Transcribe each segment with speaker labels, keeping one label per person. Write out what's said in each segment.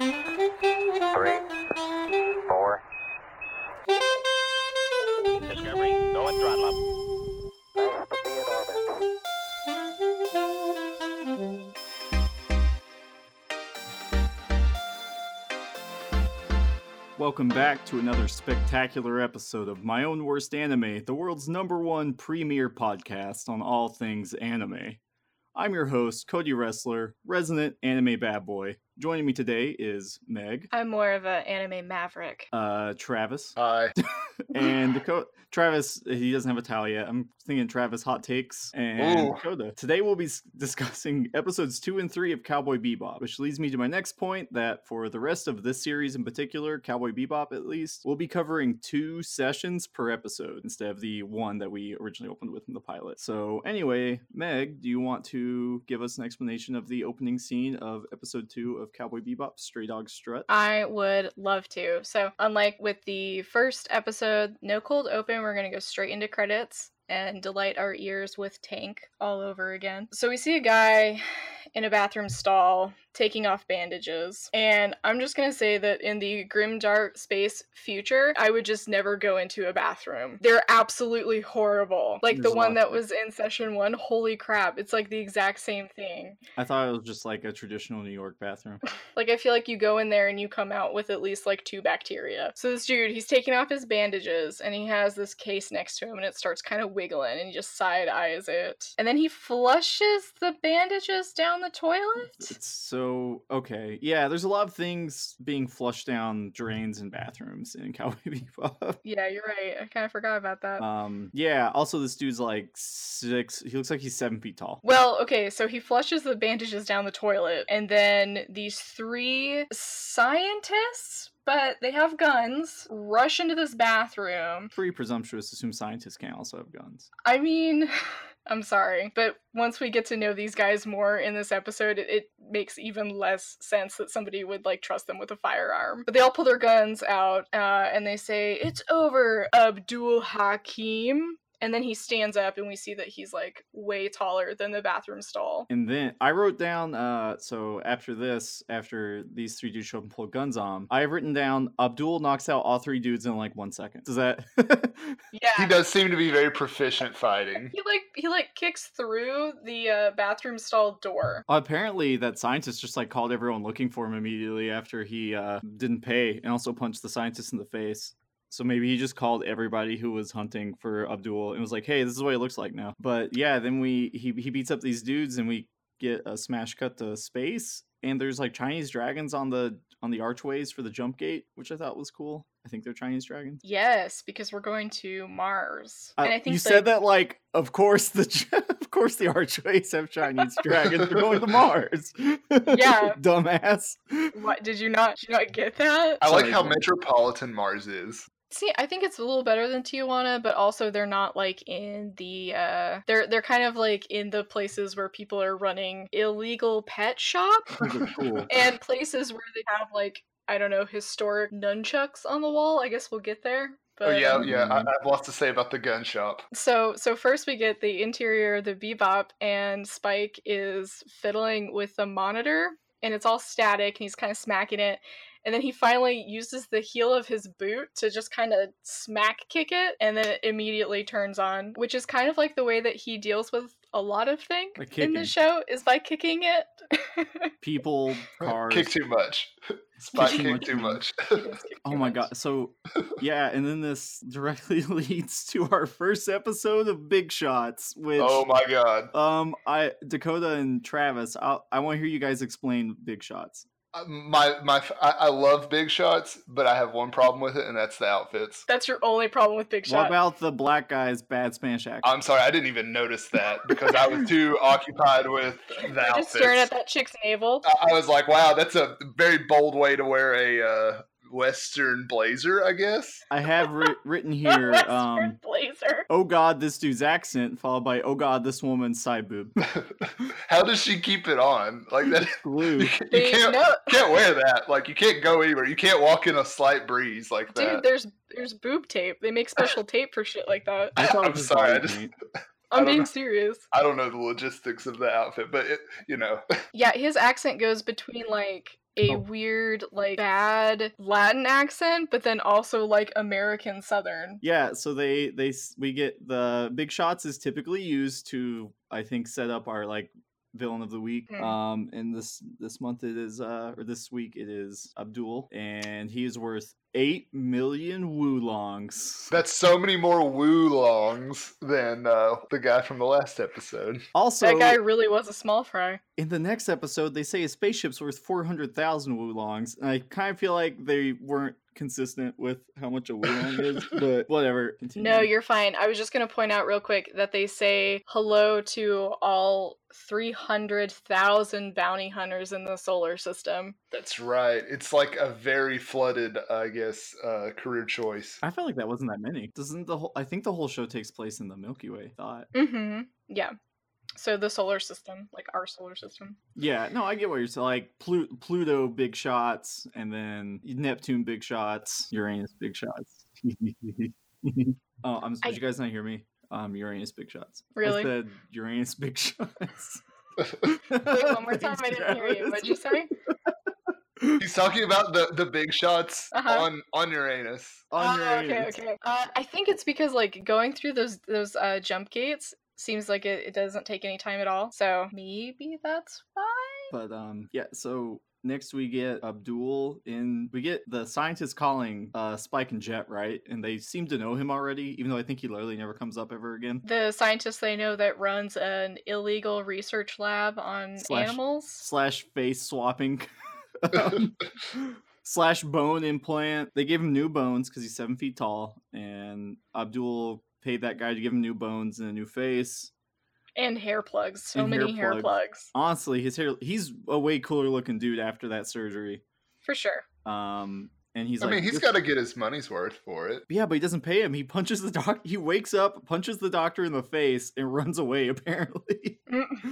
Speaker 1: two, three, four.
Speaker 2: Discovery, go and throttle up.
Speaker 1: Nice to be in orbit.
Speaker 3: Welcome back to another spectacular episode of My Own Worst Anime, the world's number one premier podcast on all things anime. I'm your host, Cody Wrestler, resident anime bad boy. Joining me today is Meg,
Speaker 4: I'm more of an anime maverick.
Speaker 3: uh, Travis,
Speaker 5: Hi.
Speaker 3: and Dakota. Travis, uh, he doesn't have a towel yet. I'm thinking Travis hot takes and
Speaker 5: Ooh.
Speaker 3: Dakota. Today we'll be s- discussing episodes two and three of Cowboy Bebop, which leads me to my next point that for the rest of this series in particular, Cowboy Bebop at least, we'll be covering two sessions per episode instead of the one that we originally opened with in the pilot. So anyway, Meg, do you want to give us an explanation of the opening scene of episode two of Cowboy Bebop, Stray Dog Strut?
Speaker 4: I would love to. So, unlike with the first episode, no cold open, we're going to go straight into credits and delight our ears with Tank all over again. So, we see a guy in a bathroom stall taking off bandages. And I'm just going to say that in the grim dark space future, I would just never go into a bathroom. They're absolutely horrible. Like
Speaker 3: There's
Speaker 4: the one that
Speaker 3: lots
Speaker 4: was in session 1, holy crap, it's like the exact same thing.
Speaker 3: I thought it was just like a traditional New York bathroom.
Speaker 4: Like I feel like you go in there and you come out with at least like two bacteria. So this dude, he's taking off his bandages and he has this case next to him and it starts kind of wiggling and he just side eyes it. And then he flushes the bandages down the toilet.
Speaker 3: It's so okay. Yeah, there's a lot of things being flushed down drains and bathrooms in Cowboy Bebop.
Speaker 4: Yeah, you're right. I kind of forgot about that.
Speaker 3: Um, yeah. Also, this dude's like six. He looks like he's seven feet tall.
Speaker 4: Well, okay, so he flushes the bandages down the toilet, and then these three scientists, but they have guns, rush into this bathroom
Speaker 3: Pretty presumptuous to assume scientists can also have guns.
Speaker 4: I mean, I'm sorry, but once we get to know these guys more in this episode, it, it makes even less sense that somebody would like trust them with a firearm. But they all pull their guns out uh, and they say, "It's over, Abdul Hakim." And then he stands up, and we see that he's like way taller than the bathroom stall.
Speaker 3: And then I wrote down. Uh, so after this, after these three dudes show up and pull guns on, 'em, I have written down Abdul knocks out all three dudes in like one second. Does that?
Speaker 4: Yeah,
Speaker 5: He does seem to be very proficient fighting.
Speaker 4: he like he like kicks through the uh, bathroom stall door.
Speaker 3: Apparently, that scientist just like called everyone looking for him immediately after he uh, didn't pay and also punched the scientist in the face. So maybe he just called everybody who was hunting for Abdul and was like, "Hey, this is what he looks like now." But yeah, then we he he beats up these dudes and we get a smash cut to space and there's like Chinese dragons on the on the archways for the jump gate, which I thought was cool. I think they're Chinese dragons.
Speaker 4: Yes, because we're going to Mars,
Speaker 3: Uh,
Speaker 4: and I think
Speaker 3: you
Speaker 4: that-
Speaker 3: said that like, of course the of course the archways have Chinese dragons. They're going to Mars.
Speaker 4: Yeah.
Speaker 3: dumbass.
Speaker 4: What did you not? Did you not get that?
Speaker 5: I like
Speaker 3: Sorry,
Speaker 5: how
Speaker 3: Dylan.
Speaker 5: metropolitan Mars is.
Speaker 4: See, I think it's a little better than Tijuana, but also they're not like in the uh they're they're kind of like in the places where people are running illegal pet shop
Speaker 3: Those are cool.
Speaker 4: and places where they have like I don't know, historic nunchucks on the wall. I guess we'll get there. But
Speaker 5: Oh yeah, yeah. I,
Speaker 3: Mhm.
Speaker 5: I've lots to say about the gun shop.
Speaker 4: so so first we get the interior of the bebop and Spike is fiddling with the monitor and it's all static and he's kind of smacking it. And then he finally uses the heel of his boot to just kind of smack kick it and then it immediately turns on, which is kind of like the way that he deals with a lot of things
Speaker 3: By
Speaker 4: in
Speaker 3: kicking.
Speaker 4: the show is by kicking it.
Speaker 3: People, cars.
Speaker 5: Kick too much. Spike
Speaker 3: too
Speaker 5: kick
Speaker 3: much,
Speaker 5: too
Speaker 3: man.
Speaker 5: much.
Speaker 4: He does kick
Speaker 3: Oh
Speaker 4: too
Speaker 3: my
Speaker 4: much.
Speaker 3: god. So yeah, and then this directly leads to our first episode of Big Shots, which
Speaker 5: oh my god.
Speaker 3: um I Dakota and Travis, I I want to hear you guys explain Big Shots.
Speaker 5: Uh, My my. f- I, I love big shots, but I have one problem with it, and that's the outfits.
Speaker 4: That's your only problem with Big
Speaker 3: What
Speaker 4: Shot.
Speaker 3: about the black guy's bad Spanish accent?
Speaker 5: I'm sorry, I didn't even notice that because I was too occupied with the
Speaker 4: You're
Speaker 5: outfits.
Speaker 4: just staring at that chick's navel.
Speaker 3: Uh,
Speaker 5: I- I was like, wow, that's a very bold way to wear a uh, Western blazer, I guess.
Speaker 3: I have writ written here
Speaker 4: Western
Speaker 3: um
Speaker 4: blazer.
Speaker 3: Oh god, this dude's accent, followed by oh god, this woman's side boob.
Speaker 5: How does she keep it on? Like that
Speaker 3: Glue.
Speaker 5: you can't, you
Speaker 4: They
Speaker 5: can't,
Speaker 4: know-
Speaker 5: can't wear that. Like you can't go anywhere. You can't walk in a slight breeze like
Speaker 4: Dude,
Speaker 5: that.
Speaker 4: there's there's boob tape. They make special tape for shit like that.
Speaker 3: I thought it
Speaker 5: I'm
Speaker 3: was
Speaker 5: sorry, I
Speaker 3: body
Speaker 5: just-
Speaker 3: paint.
Speaker 5: I
Speaker 4: I'm
Speaker 5: don't
Speaker 4: being
Speaker 5: know.
Speaker 4: serious.
Speaker 5: I don't know the logistics of the outfit, but it, you know,
Speaker 4: Yeah, his accent goes between like a
Speaker 3: Oh.
Speaker 4: weird, like, bad Latin accent, but then also, like, American Southern.
Speaker 3: Yeah, so they they s- we get the big shots is typically used to I think set up our like villain of the week.
Speaker 4: Mm.
Speaker 3: Um and this this month it is uh or this week it is Abdul and he is worth 8 million wulongs.
Speaker 5: That's so many more Wulongs than uh, the guy from the last episode.
Speaker 3: also
Speaker 4: that guy really was a small fry.
Speaker 5: Mm-hmm.
Speaker 3: in the next episode they say a spaceship's worth 400,000 wulongs and I kind of feel like they weren't consistent with how much a wulong is, but whatever.
Speaker 4: No,
Speaker 3: continue.
Speaker 4: you're fine. I was just going to point out real quick that they say hello to all 300,000 bounty hunters in the solar system.
Speaker 5: That's right. It's like a very flooded, I guess, uh, career choice.
Speaker 3: I felt like that wasn't that many. Doesn't the whole I think the whole show takes place in the Milky Way. Thought.
Speaker 4: Mm-hmm. Yeah. So the solar system, like our solar system.
Speaker 3: Yeah, no, I get what you're saying. Like Plu- Pluto big shots and then Neptune big shots, Uranus big shots. oh, I'm
Speaker 4: I-
Speaker 3: did you guys not hear me? Um Uranus big shots.
Speaker 4: Really?
Speaker 3: I said Uranus big shots.
Speaker 4: Wait, one more time. I didn't hear you. What'd you say?
Speaker 5: He's talking about the, the big shots
Speaker 4: Uh-huh.
Speaker 5: on, on Uranus.
Speaker 3: On
Speaker 4: Oh, okay,
Speaker 3: Uranus.
Speaker 4: okay. Uh, I think it's because like going through those those uh, jump gates seems like it, it doesn't take any time at all. So maybe that's why.
Speaker 3: But um yeah, so next we get Abdul in we get the scientist calling uh Spike and Jet, right? And they seem to know him already, even though I think he literally never comes up ever again.
Speaker 4: The scientist they know that runs an illegal research lab on
Speaker 3: Slash-
Speaker 4: animals.
Speaker 3: Slash face swapping. Um, slash bone implant. They gave him new bones because he's seven feet tall, and Abdul paid that guy to give him new bones and a new face.
Speaker 4: And hair plugs. So
Speaker 3: And hair
Speaker 4: many hair
Speaker 3: plugs.
Speaker 4: plugs.
Speaker 3: Honestly, his hair he's a way cooler looking dude after that surgery.
Speaker 4: For sure.
Speaker 3: Um and he's
Speaker 5: I
Speaker 3: like
Speaker 5: mean, he's
Speaker 3: "This-
Speaker 5: got to get his money's worth for it.
Speaker 3: Yeah, but he doesn't pay him. He punches the doc. He wakes up, punches the doctor in the face, and runs away. Apparently, Mm-hmm.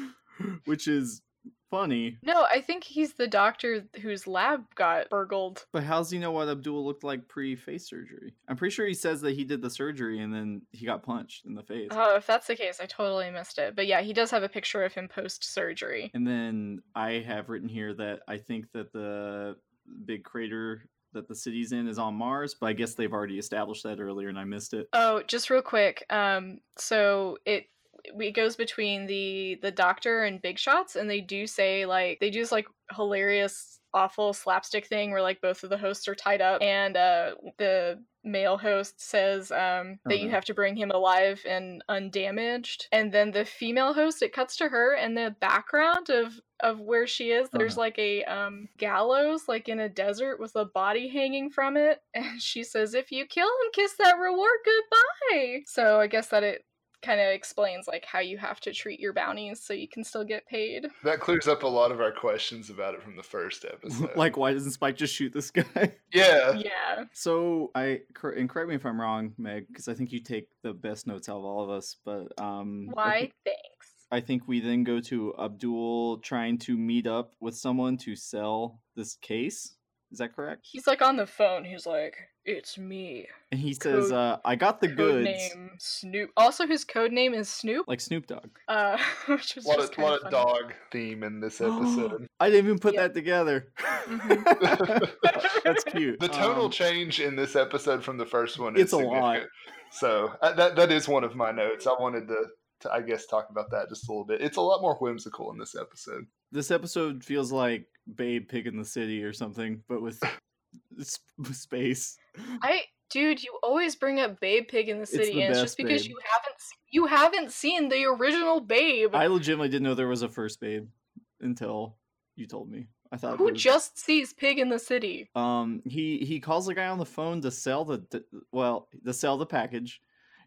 Speaker 3: which is funny.
Speaker 4: No, I think he's the doctor whose lab got burgled.
Speaker 3: But how's he know what Abdul looked like pre face surgery? I'm pretty sure he says that he did the surgery and then he got punched in the face.
Speaker 4: Oh, if that's the case, I totally missed it. But yeah, he does have a picture of him post surgery.
Speaker 3: And then I have written here that I think that the big crater that the city's in is on Mars, but I guess they've already established that earlier and I missed it.
Speaker 4: Oh, just real quick. Um, so it we- it goes between the the doctor and Big Shots, and they do say like they do this like hilarious, awful slapstick thing where like both of the hosts are tied up, and uh, the male host says um, that you
Speaker 3: Oh, no.
Speaker 4: have to bring him alive and undamaged, and then the female host it cuts to her and the background of of where she is
Speaker 3: Oh,
Speaker 4: there's
Speaker 3: no.
Speaker 4: like a um gallows like in a desert with a body hanging from it and she says if you kill him kiss that reward goodbye so i guess that it kind of explains like how you have to treat your bounties so you can still get paid
Speaker 5: That clears up a lot of our questions about it from the first episode.
Speaker 3: like, why doesn't Spike just shoot this guy? Uh,
Speaker 5: yeah,
Speaker 4: yeah
Speaker 3: So I cor- and correct me if I'm wrong, Meg, because I think you take the best notes out of all of us. But um, I
Speaker 4: why
Speaker 3: think-
Speaker 4: thanks
Speaker 3: I think we then go to Abdul trying to meet up with someone to sell this case. Is that correct?
Speaker 4: he's like on the phone he's like it's me
Speaker 3: And he says,
Speaker 4: Code-
Speaker 3: uh, "I got the
Speaker 4: code
Speaker 3: goods,"
Speaker 4: name snoop also his code name is snoop
Speaker 3: like Snoop Dogg.
Speaker 4: uh which was
Speaker 5: what
Speaker 4: just
Speaker 5: a
Speaker 4: kind
Speaker 5: lot
Speaker 4: of
Speaker 5: of
Speaker 4: funny.
Speaker 5: dog theme in this episode.
Speaker 3: I didn't even put
Speaker 4: Yeah.
Speaker 3: that together.
Speaker 4: Mhm.
Speaker 3: That's cute.
Speaker 5: The tonal
Speaker 3: Um,
Speaker 5: change in this episode from the first one is
Speaker 3: it's a lot.
Speaker 5: significant. So uh, that that is one of my notes. I wanted to, to, I guess, talk about that just a little bit. It's a lot more whimsical in this episode.
Speaker 3: This episode feels like Babe picking the city or something, but with sp- space.
Speaker 4: I dude, you always bring up Babe Pig in the
Speaker 3: the
Speaker 4: City, and it's
Speaker 3: best,
Speaker 4: just because
Speaker 3: babe.
Speaker 4: you haven't s- you haven't seen the original Babe.
Speaker 3: I legitimately didn't know there was a first babe until you told me. I thought
Speaker 4: who
Speaker 3: there was-
Speaker 4: just sees Pig in the City?
Speaker 3: um he he calls the guy on the phone to sell the d- well to sell the package,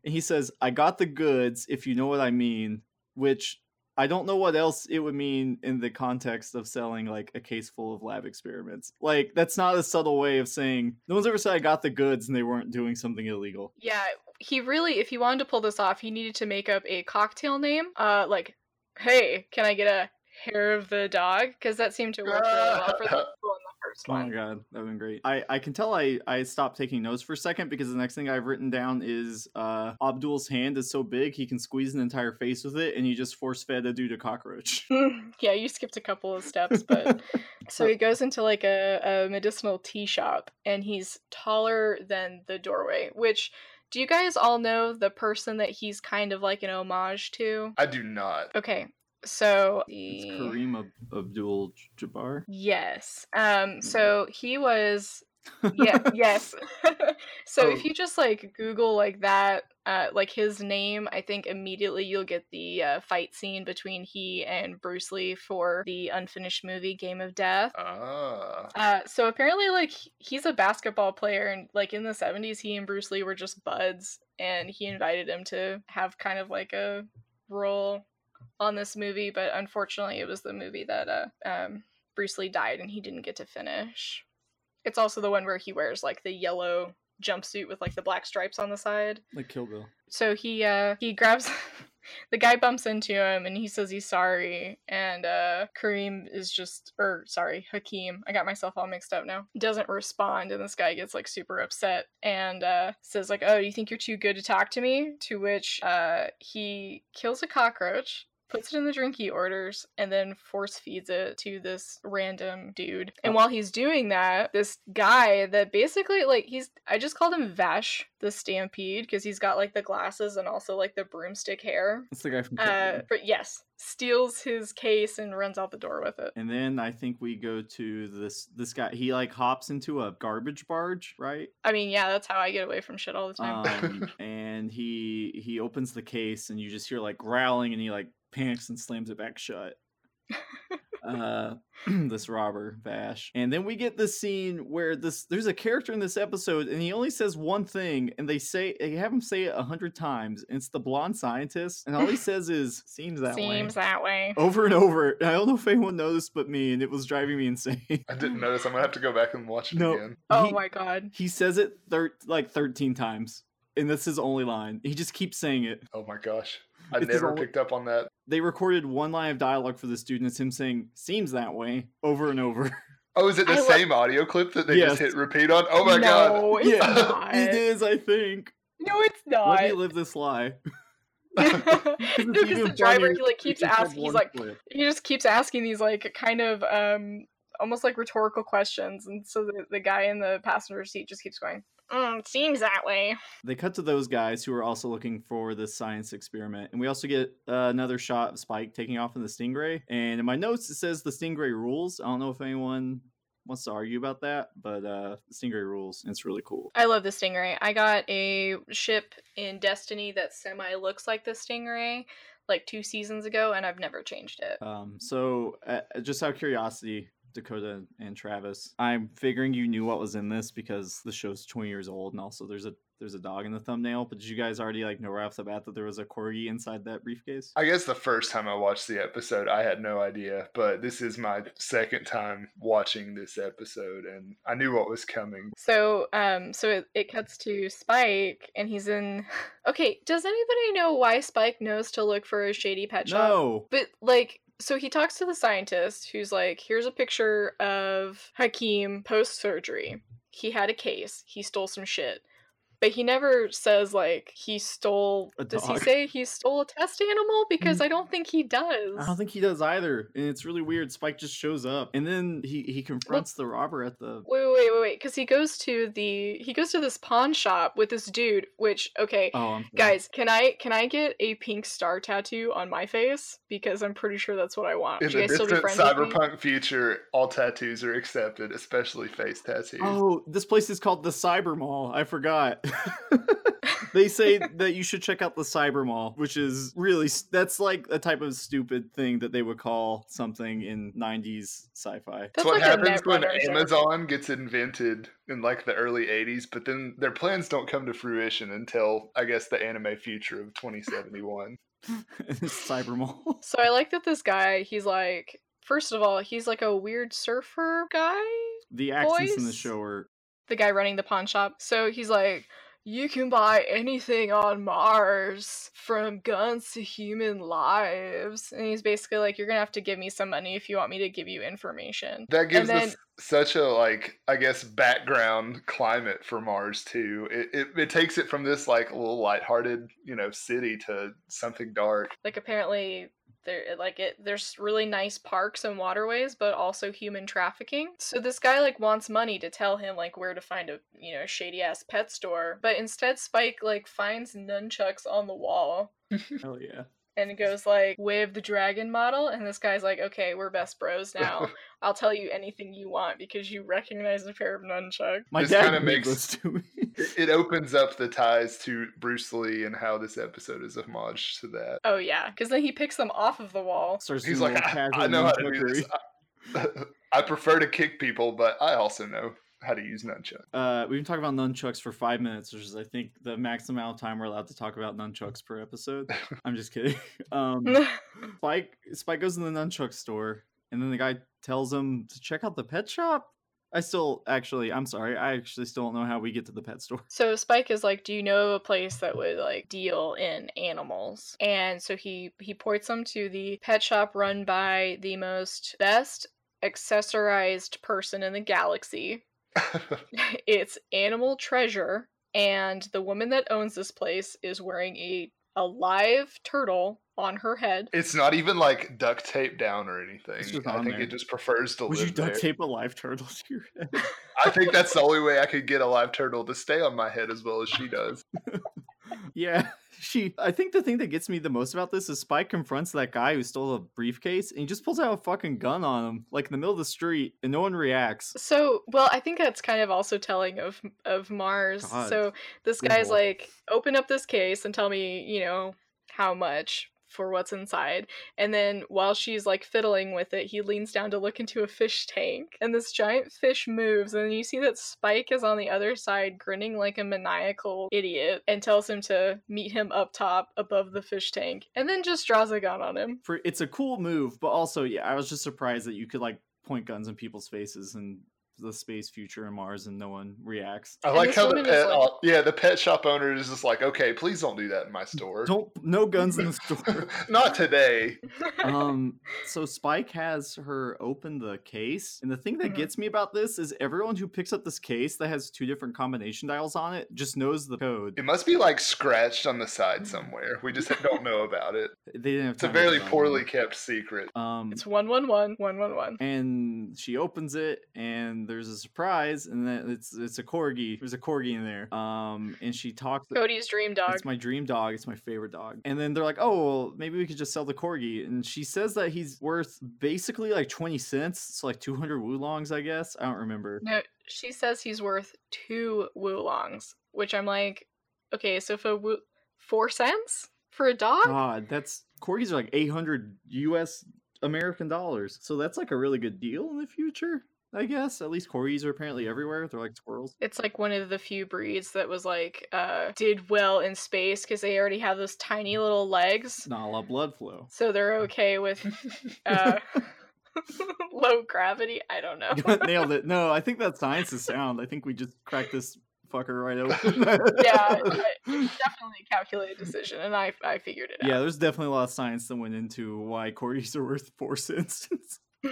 Speaker 3: and he says, "I got the goods, if you know what I mean," which I don't know what else it would mean in the context of selling like a case full of lab experiments. Like that's not a subtle way of saying no one's ever said I got the goods and they weren't doing something illegal.
Speaker 4: Yeah, he really if he wanted to pull this off, he needed to make up a cocktail name. Uh like, hey, can I get a hair of the dog? Because that seemed to work really well for the people in the first
Speaker 3: Oh my
Speaker 4: one.
Speaker 3: god, that would been great. I, I can tell I, I stopped taking notes for a second because the next thing I've written down is uh, Abdul's hand is so big he can squeeze an entire face with it, and you just force fed a dude a cockroach.
Speaker 4: yeah, you skipped a couple of steps, but so he goes into like a, a medicinal tea shop and he's taller than the doorway, which do you guys all know the person that he's kind of like an homage to?
Speaker 5: I do not.
Speaker 4: Okay, so
Speaker 3: It's
Speaker 4: the-
Speaker 3: Kareem Ab- Abdul Jabbar.
Speaker 4: Yes. Um so he was yeah, yes. so if
Speaker 5: Oh.
Speaker 4: you just like Google like that, uh, like his name, I think immediately you'll get the uh, fight scene between he and Bruce Lee for the unfinished movie Game of Death.
Speaker 5: Ah.
Speaker 4: Uh, so apparently, like he- he's a basketball player, and like in the '70s, he and Bruce Lee were just buds, and he invited him to have kind of like a role on this movie, but unfortunately, it was the movie that uh, um, Bruce Lee died, and he didn't get to finish. It's also the one where he wears like the yellow jumpsuit with like the black stripes on the side
Speaker 3: Like Kill Bill.
Speaker 4: so he uh he grabs the guy bumps into him and he says he's sorry and uh kareem is just or sorry hakeem i got myself all mixed up now doesn't respond and this guy gets like super upset and uh says like oh do you think you're too good to talk to me to which uh he kills a cockroach puts it in the drink he orders and then force feeds it to this random dude
Speaker 3: Oh.
Speaker 4: and while he's doing that this guy that basically like he's i just called him vash the stampede because he's got like the glasses and also like the broomstick hair
Speaker 3: That's the guy from Kill
Speaker 4: uh
Speaker 3: Bill.
Speaker 4: but yes steals his case and runs out the door with it
Speaker 3: And then I think we go to this this guy. He like hops into a garbage barge, right?
Speaker 4: i mean yeah that's how i get away from shit all the time
Speaker 3: Um, and he he opens the case, and you just hear like growling, and he like panics and slams it back shut. uh, this robber Vash, and then we get this scene where this there's a character in this episode, and he only says one thing, and they say they have him say it a hundred times. And it's the blonde scientist, and all he says is "seems that way."
Speaker 4: seems that way
Speaker 3: over and over. I don't know if anyone noticed but me, and it was driving me insane.
Speaker 5: I didn't notice. I'm gonna have to go back and watch it
Speaker 3: No.
Speaker 5: again.
Speaker 4: oh
Speaker 3: he,
Speaker 4: my god
Speaker 3: He says it thir- like 13 times, and that's his only line. He just keeps saying it.
Speaker 5: Oh my gosh, I
Speaker 3: It's his
Speaker 5: never
Speaker 3: only-
Speaker 5: picked up on that.
Speaker 3: They recorded one line of dialogue for the students, him saying, seems that way, over and over.
Speaker 5: Oh, is it the
Speaker 4: I lo-
Speaker 5: same audio clip that they
Speaker 3: Yes.
Speaker 5: just hit repeat on? Oh my god.
Speaker 4: no, it's
Speaker 3: Yeah,
Speaker 4: not.
Speaker 3: it is, I think.
Speaker 4: no it's not
Speaker 3: Let me live this lie.
Speaker 4: no,
Speaker 3: It's
Speaker 4: because
Speaker 3: even
Speaker 4: the driver
Speaker 3: funnier
Speaker 4: he, like
Speaker 3: if you
Speaker 4: keeps
Speaker 3: said
Speaker 4: asking.
Speaker 3: one
Speaker 4: He's like
Speaker 3: clip.
Speaker 4: he just keeps asking these like kind of um almost like rhetorical questions, and so the, the guy in the passenger seat just keeps going. Mm, it seems that way.
Speaker 3: They cut to those guys who are also looking for the science experiment. And we also get uh, another shot of Spike taking off in the Stingray. And in my notes, it says the Stingray rules. I don't know if anyone wants to argue about that, but uh, the Stingray rules. And it's really cool.
Speaker 4: I love the stingray. I got a ship in Destiny that semi looks like the stingray, like two seasons ago, and I've never changed it.
Speaker 3: Um, so, uh, uh, just out of curiosity, Dakota and Travis, I'm figuring you knew what was in this because the show's 20 years old, and also there's a there's a dog in the thumbnail. But did you guys already like know right off the bat that there was a corgi inside that briefcase?
Speaker 5: I guess the first time I watched the episode, I had no idea, but this is my second time watching this episode, and I knew what was coming.
Speaker 4: So, um, so it, it cuts to Spike, and he's in. Okay, does anybody know why Spike knows to look for a shady pet shop?
Speaker 3: no.
Speaker 4: But like, so he talks to the scientist who's like, here's a picture of Hakeem post surgery. He had a case. He stole some shit. But he never says like he stole
Speaker 3: A
Speaker 4: does he
Speaker 3: dog. Mm.
Speaker 4: say he stole a test animal? Because I don't think he does.
Speaker 3: I don't think he does either, and it's really weird. Spike just shows up, and then he he confronts the robber at the.
Speaker 4: Wait, wait, wait, wait, because he goes to the he goes to this pawn shop with this dude, which okay,
Speaker 3: Oh, I'm sorry.
Speaker 4: guys, can I can I get a pink star tattoo on my face? Because I'm pretty sure that's what I want.
Speaker 5: In
Speaker 4: Would you
Speaker 5: the
Speaker 4: guys still be
Speaker 5: distant
Speaker 4: friends with me?
Speaker 5: cyberpunk future, all tattoos are accepted, especially face tattoos.
Speaker 3: Oh, this place is called the Cyber Mall. I forgot. they say that you should check out the Cyber Mall, which is really s- that's like a type of stupid thing that they would call something in '90s sci-fi.
Speaker 5: That's
Speaker 4: That's
Speaker 5: what
Speaker 4: like a
Speaker 5: happens when
Speaker 4: Netrunner joke.
Speaker 5: Amazon gets invented in like the early 80s, but then their plans don't come to fruition until, I guess, the anime future of 2071.
Speaker 3: It's Cyber Mall.
Speaker 4: So I like that this guy, he's like, first of all, he's like a weird surfer guy,
Speaker 3: The accents in the
Speaker 4: Boys?
Speaker 3: show are
Speaker 4: the guy running the pawn shop. So he's like, you can buy anything on Mars, from guns to human lives. And he's basically like, you're gonna have to give me some money if you want me to give you information.
Speaker 5: That gives
Speaker 4: and then
Speaker 5: us such a like I guess background climate for Mars too. It, it it takes it from this like little lighthearted you know city to something dark.
Speaker 4: Like apparently there like it there's really nice parks and waterways, but also human trafficking. So this guy like wants money to tell him like where to find a you know shady ass pet store, but instead Spike like finds nunchucks on the wall
Speaker 3: Hell yeah.
Speaker 4: and goes like wave the dragon model and this guy's like okay we're best bros now i'll tell you anything you want because you recognize a pair of nunchucks
Speaker 3: My
Speaker 5: This
Speaker 3: dad
Speaker 5: kinda
Speaker 3: gave
Speaker 5: makes-
Speaker 3: those to me.
Speaker 5: It- It opens up the ties to Bruce Lee and how this episode is a homage to that.
Speaker 4: oh yeah because then he picks them off of the wall
Speaker 3: Starts
Speaker 5: He's
Speaker 3: doing
Speaker 5: like, "Ah,
Speaker 3: a
Speaker 5: I, I
Speaker 3: little casual
Speaker 5: know how to do
Speaker 3: nunchuckery.
Speaker 5: this. I, I prefer to kick people, but I also know how to use nunchuck.
Speaker 3: Uh, we've been talking about nunchucks for five minutes, which is, I think, the max amount of time we're allowed to talk about nunchucks per episode. I'm just kidding. Um, Spike Spike goes in the nunchuck store, and then the guy tells him to check out the pet shop. I still actually, I'm sorry, I actually still don't know how we get to the pet store.
Speaker 4: So Spike is like, "Do you know a place that would like deal in animals?" And so he he ports them to the pet shop run by the most best accessorized person in the galaxy. it's Animal Treasure, and the woman that owns this place is wearing a a live turtle on her head.
Speaker 5: it's not even like duct tape down or anything.
Speaker 3: just
Speaker 5: I
Speaker 3: on
Speaker 5: think
Speaker 3: there.
Speaker 5: it just prefers to
Speaker 3: Would
Speaker 5: live
Speaker 3: you duct
Speaker 5: there.
Speaker 3: tape a live turtle to your head?
Speaker 5: I think that's the only way I could get a live turtle to stay on my head as well as she does.
Speaker 3: Yeah. She I think the thing that gets me the most about this is Spike confronts that guy who stole a briefcase and he just pulls out a fucking gun on him, like in the middle of the street, and no one reacts.
Speaker 4: So, well, I think that's kind of also telling of of Mars.
Speaker 3: God.
Speaker 4: So this
Speaker 3: Good
Speaker 4: guy's
Speaker 3: lord.
Speaker 4: like, open up this case and tell me, you know, how much for what's inside. And then while she's like fiddling with it, he leans down to look into a fish tank, and this giant fish moves, and then you see that Spike is on the other side, grinning like a maniacal idiot, and tells him to meet him up top above the fish tank, and then just draws a gun on him.
Speaker 3: For it's a cool move, but also yeah, I was just surprised that you could like point guns in people's faces and the space future and Mars and no one reacts.
Speaker 5: I
Speaker 4: And
Speaker 5: like
Speaker 4: this
Speaker 5: how the
Speaker 4: woman is
Speaker 5: pet,
Speaker 4: like-
Speaker 5: uh, yeah, the pet shop owner is just like, okay, please don't do that in my store.
Speaker 3: Don't no guns in the store.
Speaker 5: not today.
Speaker 3: um so spike has her open the case and the thing that
Speaker 4: Mhm.
Speaker 3: gets me about this is everyone who picks up this case that has two different combination dials on it just knows the code
Speaker 5: It must be like scratched on the side somewhere. We just don't know about it.
Speaker 3: they didn't have
Speaker 5: It's a
Speaker 3: time to
Speaker 5: very
Speaker 3: design
Speaker 5: poorly
Speaker 3: it.
Speaker 5: kept secret.
Speaker 3: um
Speaker 4: It's one one one one one one.
Speaker 3: and she opens it and there's a surprise and then it's it's a corgi there's a corgi in there um and she talks
Speaker 4: Cody's dream dog.
Speaker 3: It's my dream dog. It's my favorite dog. And then they're like, oh, well, maybe we could just sell the corgi. And she says that he's worth basically like 20 cents. So like 200 wulongs, I guess. I don't remember.
Speaker 4: No, she says he's worth two Wulongs, which I'm like, okay, so for Wu- four cents for a dog?
Speaker 3: God, that's corgis are like 800 US American dollars. So that's like a really good deal in the future, I guess. At least corgis are apparently everywhere. They're like squirrels.
Speaker 4: It's like one of the few breeds that was like uh, did well in space because they already have those tiny little legs,
Speaker 3: It's not a lot of blood flow.
Speaker 4: so they're okay with uh, low gravity. I don't know.
Speaker 3: Nailed it. No, I think that science is sound. I think we just cracked this fucker right open.
Speaker 4: yeah, I- definitely a calculated decision, and I I figured it
Speaker 3: Yeah, there's definitely a lot of science that went into why corgis are worth four cents.
Speaker 4: out.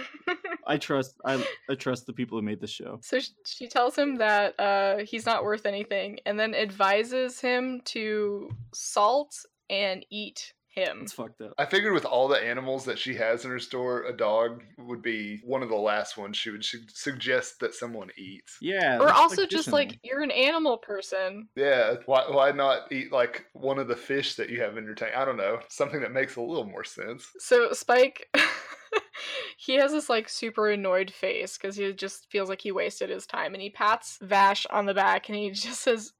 Speaker 3: I trust I, I trust the people who made the show.
Speaker 4: So sh- she tells him that uh, he's not worth anything and then advises him to salt and eat him.
Speaker 3: It's fucked up.
Speaker 5: I figured with all the animals that she has in her store, a dog would be one of the last ones she would su- suggest that someone eats.
Speaker 3: Yeah.
Speaker 4: or
Speaker 3: that's,
Speaker 4: also just
Speaker 3: fishing.
Speaker 4: like, you're an animal person.
Speaker 5: Yeah, why, why not eat like one of the fish that you have in your tank? I don't know, something that makes a little more sense.
Speaker 4: So Spike, he has this like super annoyed face because he just feels like he wasted his time and he pats Vash on the back and he just says,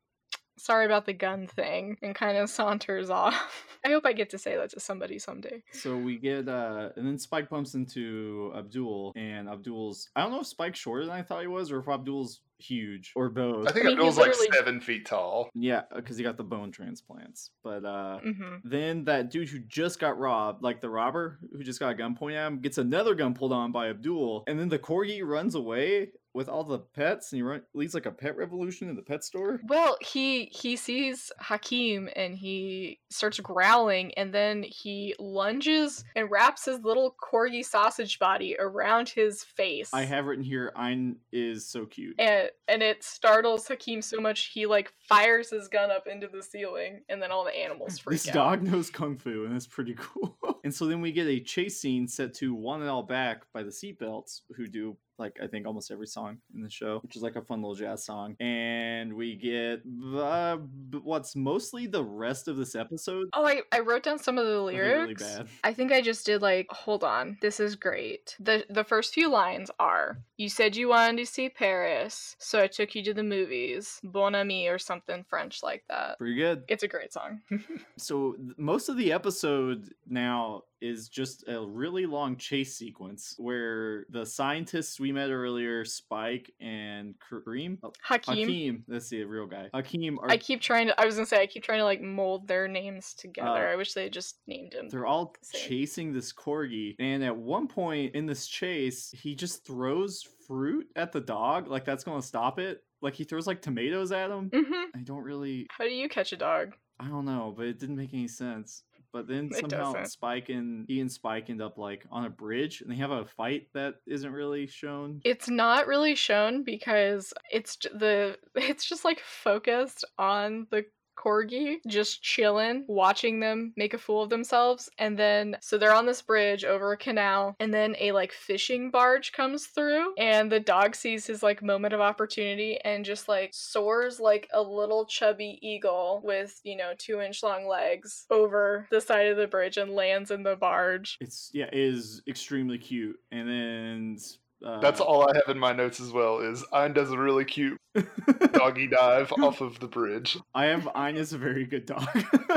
Speaker 4: Sorry about the gun thing and kind of saunters off. I hope I get to say that to somebody someday.
Speaker 3: So we get, uh, and then Spike bumps into Abdul, and Abdul's. I don't know if Spike's shorter than I thought he was, or if Abdul's huge, or both.
Speaker 5: I think
Speaker 4: I mean, he
Speaker 5: Abdul's like
Speaker 4: literally-
Speaker 5: seven feet tall.
Speaker 3: yeah, because he got the bone transplants. But uh,
Speaker 4: hmm
Speaker 3: then that dude who just got robbed, like the robber who just got a gun pointed at him, gets another gun pulled on by Abdul, and then the corgi runs away. with all the pets and he run, leads like a pet revolution in the pet store.
Speaker 4: Well, he he sees Hakim and he starts growling and then he lunges and wraps his little corgi sausage body around his face.
Speaker 3: I have written here, Ein is so cute.
Speaker 4: and, and it startles Hakim so much he like fires his gun up into the ceiling and then all the animals freak
Speaker 3: This
Speaker 4: out.
Speaker 3: dog knows kung fu, and that's pretty cool. and so then we get a chase scene set to "One and All Back" by the Seatbelts, who do like I think almost every song in the show, which is like a fun little jazz song. And we get uh, b- what's mostly the rest of this episode.
Speaker 4: Oh, I, I wrote down some of the
Speaker 3: are
Speaker 4: lyrics.
Speaker 3: really bad.
Speaker 4: I think I just did like, hold on, this is great. The the first few lines are You said you wanted to see Paris, so I took you to the movies. Bon ami or something French like that.
Speaker 3: Pretty good.
Speaker 4: It's a great song.
Speaker 3: So th- most of the episode now is just a really long chase sequence where the scientists we met earlier, Spike and Kareem, oh,
Speaker 4: Hakim.
Speaker 3: Hakim, that's the real guy. Hakim are
Speaker 4: I keep trying to I was gonna say I keep trying to like mold their names together.
Speaker 3: Uh,
Speaker 4: I wish they had just named him.
Speaker 3: They're all
Speaker 4: Same.
Speaker 3: chasing this corgi, and at one point in this chase, he just throws fruit at the dog. Like that's gonna stop it. Like he throws like tomatoes at him.
Speaker 4: hmm
Speaker 3: I don't really,
Speaker 4: How do you catch a dog?
Speaker 3: I don't know, but it didn't make any sense. But then
Speaker 4: It
Speaker 3: somehow
Speaker 4: doesn't.
Speaker 3: Spike and he and Spike end up like on a bridge, and they have a fight that isn't really shown.
Speaker 4: It's not really shown because it's j- the it's just like focused on the corgi just chilling, watching them make a fool of themselves and then so they're on this bridge over a canal and then a like fishing barge comes through and the dog sees his like moment of opportunity and just like soars like a little chubby eagle with, you know, 2-inch long legs over the side of the bridge and lands in the barge.
Speaker 3: It's yeah, it is extremely cute, and then s- uh,
Speaker 5: That's all I have in my notes as well. Is Ein does a really cute doggy dive off of the bridge.
Speaker 3: I have Ina's a very good dog.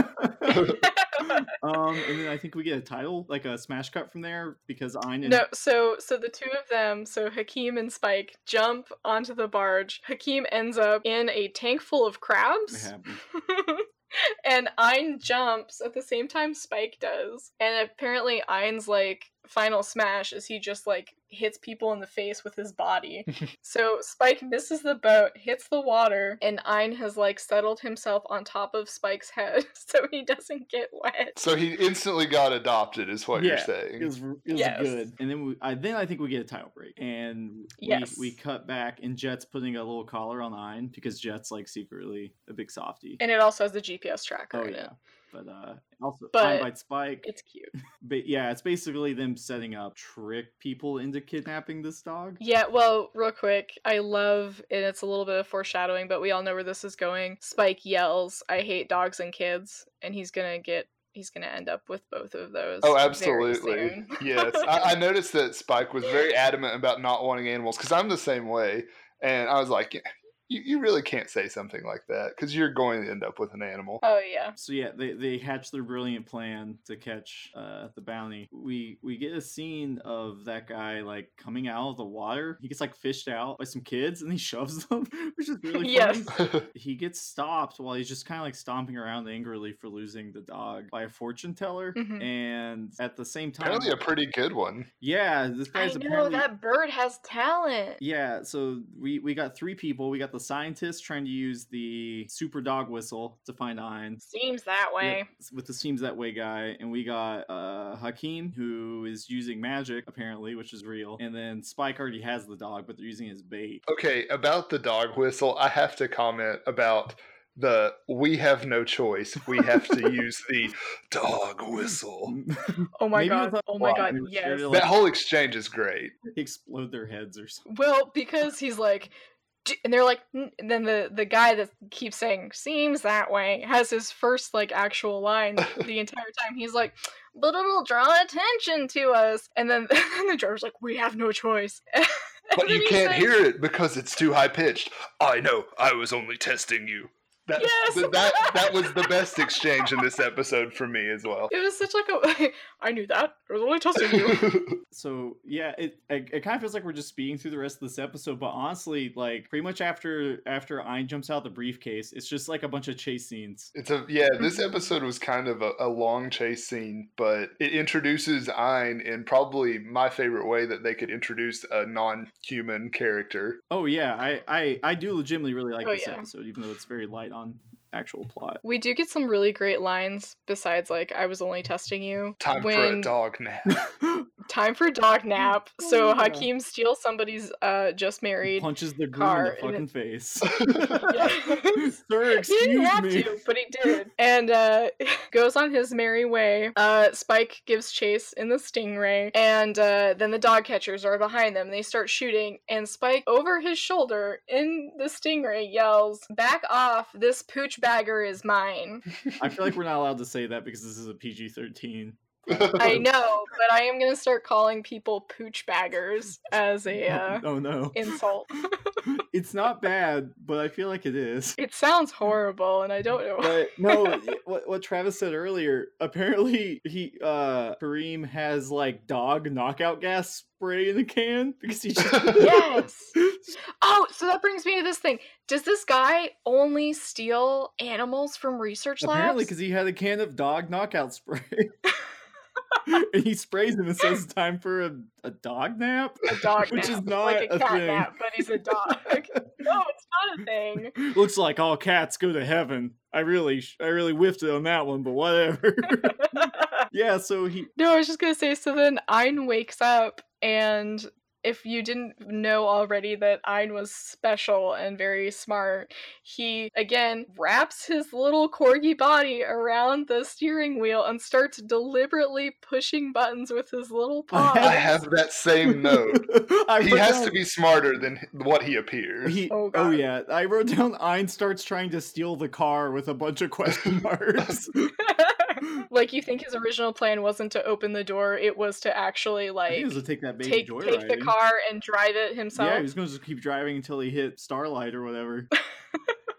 Speaker 3: um, and then I think we get a title, like a smash cut from there, because Ina.
Speaker 4: No, so so the two of them, so Hakim and Spike jump onto the barge. Hakim ends up in a tank full of crabs. and Ein jumps at the same time Spike does. And apparently Ein's like final smash is he just like hits people in the face with his body. so Spike misses the boat, hits the water, and Ein has like settled himself on top of Spike's head so he doesn't get wet.
Speaker 5: So he instantly got adopted, is what you're
Speaker 3: Yeah,
Speaker 5: saying.
Speaker 3: It was, r- it was
Speaker 4: Yes.
Speaker 3: good, and then we, I then I think we get a title break, and
Speaker 4: Yes.
Speaker 3: we, we cut back, and Jet's putting a little collar on Ein because Jet's like secretly a big softie.
Speaker 4: And it also has the GPS tracker
Speaker 3: oh
Speaker 4: in
Speaker 3: yeah,
Speaker 4: it.
Speaker 3: but uh, also
Speaker 4: But-
Speaker 3: Ein bites Spike.
Speaker 4: It's cute.
Speaker 3: But yeah, it's basically them setting up trick people into kidnapping this dog.
Speaker 4: Yeah, well, real quick, I love, and it's a little bit of foreshadowing, but we all know where this is going. Spike yells, "I hate dogs and kids," and he's gonna get, he's gonna end up with both of those.
Speaker 5: Oh,
Speaker 4: very
Speaker 5: absolutely.
Speaker 4: soon.
Speaker 5: yes. I, I noticed that Spike was very adamant about not wanting animals because I'm the same way. And I was like, you, you really can't say something like that because you're going to end up with an animal.
Speaker 4: oh yeah,
Speaker 3: So yeah, they, they hatch their brilliant plan to catch uh, the bounty. We we get a scene of that guy like coming out of the water. He gets like fished out by some kids and he shoves them, which is really funny.
Speaker 4: Yes.
Speaker 3: He gets stopped while he's just kind of like stomping around angrily for losing the dog by a fortune teller.
Speaker 4: Mhm.
Speaker 3: And at the same time,
Speaker 5: Apparently, a pretty good one.
Speaker 3: yeah, this
Speaker 4: I
Speaker 3: guy's
Speaker 4: know
Speaker 3: apparently
Speaker 4: that bird has talent.
Speaker 3: yeah, so we we got three people. We got the scientist trying to use the super dog whistle to find Ein.
Speaker 4: Seems that way.
Speaker 3: Yep, s- with the seems that way guy, and we got uh Hakeem who is using magic apparently, which is real, and then Spike already has the dog, but they're using it as bait.
Speaker 5: Okay, about the dog whistle, I have to comment about the we have no choice. We have to use the dog whistle.
Speaker 4: Oh my
Speaker 3: Maybe
Speaker 4: god.
Speaker 3: without
Speaker 4: Oh my
Speaker 3: a
Speaker 4: god.
Speaker 3: lot, it
Speaker 4: Yes.
Speaker 3: should,
Speaker 5: That whole exchange is great.
Speaker 3: like, explode their heads or something.
Speaker 4: Well, because he's like, "D-" and they're like, "N-" and then the the guy that keeps saying "seems that way" has his first like actual line the entire time. He's like, "But it'll draw attention to us," and then and the driver's like, "We have no choice." And
Speaker 5: But
Speaker 4: then
Speaker 5: you
Speaker 4: he
Speaker 5: can't
Speaker 4: says-
Speaker 5: hear it because it's too high pitched. I know, I was only testing you. That,
Speaker 4: Yes!
Speaker 5: th- that that was the best exchange in this episode for me as well.
Speaker 4: It was such like a. I knew that. I was only testing you.
Speaker 3: so yeah it, it it kind of feels like we're just speeding through the rest of this episode but honestly like pretty much after after ein jumps out the briefcase it's just like a bunch of chase scenes
Speaker 5: It's a yeah. This episode was kind of a, a long chase scene, but it introduces Ein in probably my favorite way that they could introduce a non-human character.
Speaker 3: oh yeah i i, I do legitimately really like
Speaker 4: Oh,
Speaker 3: this
Speaker 4: yeah.
Speaker 3: episode even though it's very light on actual plot
Speaker 4: we do get some really great lines besides like I was only testing you.
Speaker 5: Time for a
Speaker 4: When-
Speaker 5: dog nap.
Speaker 4: Time for a dog nap. So
Speaker 3: yeah.
Speaker 4: Hakeem steals somebody's uh just married.
Speaker 3: punches the groom in
Speaker 4: car
Speaker 3: the fucking
Speaker 4: in
Speaker 3: face
Speaker 4: Yes.
Speaker 3: sir
Speaker 4: He didn't
Speaker 3: excuse
Speaker 4: have
Speaker 3: me
Speaker 4: to, but he did. And uh, goes on his merry way. Uh, Spike gives chase in the stingray, and uh, then the dog catchers are behind them. They start shooting, and Spike, over his shoulder in the stingray, yells, "Back off! This pooch bagger is mine."
Speaker 3: i feel like we're not allowed to say that because this is a pg-13
Speaker 4: I know, but I am gonna start calling people pooch baggers as a uh,
Speaker 3: oh no
Speaker 4: insult.
Speaker 3: it's not bad but i feel like it is
Speaker 4: It sounds horrible, and I don't know.
Speaker 3: but no it- what, what travis said earlier apparently he uh kareem has like dog knockout gas spray in the can because he just
Speaker 4: yes. Oh, so that brings me to this thing. Does this guy only steal animals from research
Speaker 3: apparently
Speaker 4: labs?
Speaker 3: because he had a can of dog knockout spray and he sprays him and says time for a, a dog nap
Speaker 4: a dog
Speaker 3: which
Speaker 4: nap,
Speaker 3: is not
Speaker 4: like a,
Speaker 3: a
Speaker 4: cat
Speaker 3: thing.
Speaker 4: nap, but he's a dog. no, it's not a thing.
Speaker 3: looks like all cats go to heaven i really sh- i really whiffed it on that one but whatever yeah so he
Speaker 4: no, I was just gonna say. So then Ein wakes up, and if you didn't know already that Ein was special and very smart, he again wraps his little corgi body around the steering wheel and starts deliberately pushing buttons with his little paw.
Speaker 5: I have that same note.
Speaker 3: I
Speaker 5: He
Speaker 3: put
Speaker 5: has
Speaker 3: down-
Speaker 5: to be smarter than what he appears.
Speaker 3: He,
Speaker 4: Oh,
Speaker 3: oh,
Speaker 4: God.
Speaker 3: yeah, I wrote down. Ein starts trying to steal the car with a bunch of question marks.
Speaker 4: like you think his original plan wasn't to open the door, it was to actually
Speaker 3: I think
Speaker 4: like
Speaker 3: he was to take that baby
Speaker 4: take take
Speaker 3: joyriding.
Speaker 4: the car and drive it
Speaker 3: Yeah, he
Speaker 4: himself.
Speaker 3: was going to just keep driving until he hit Starlight or whatever.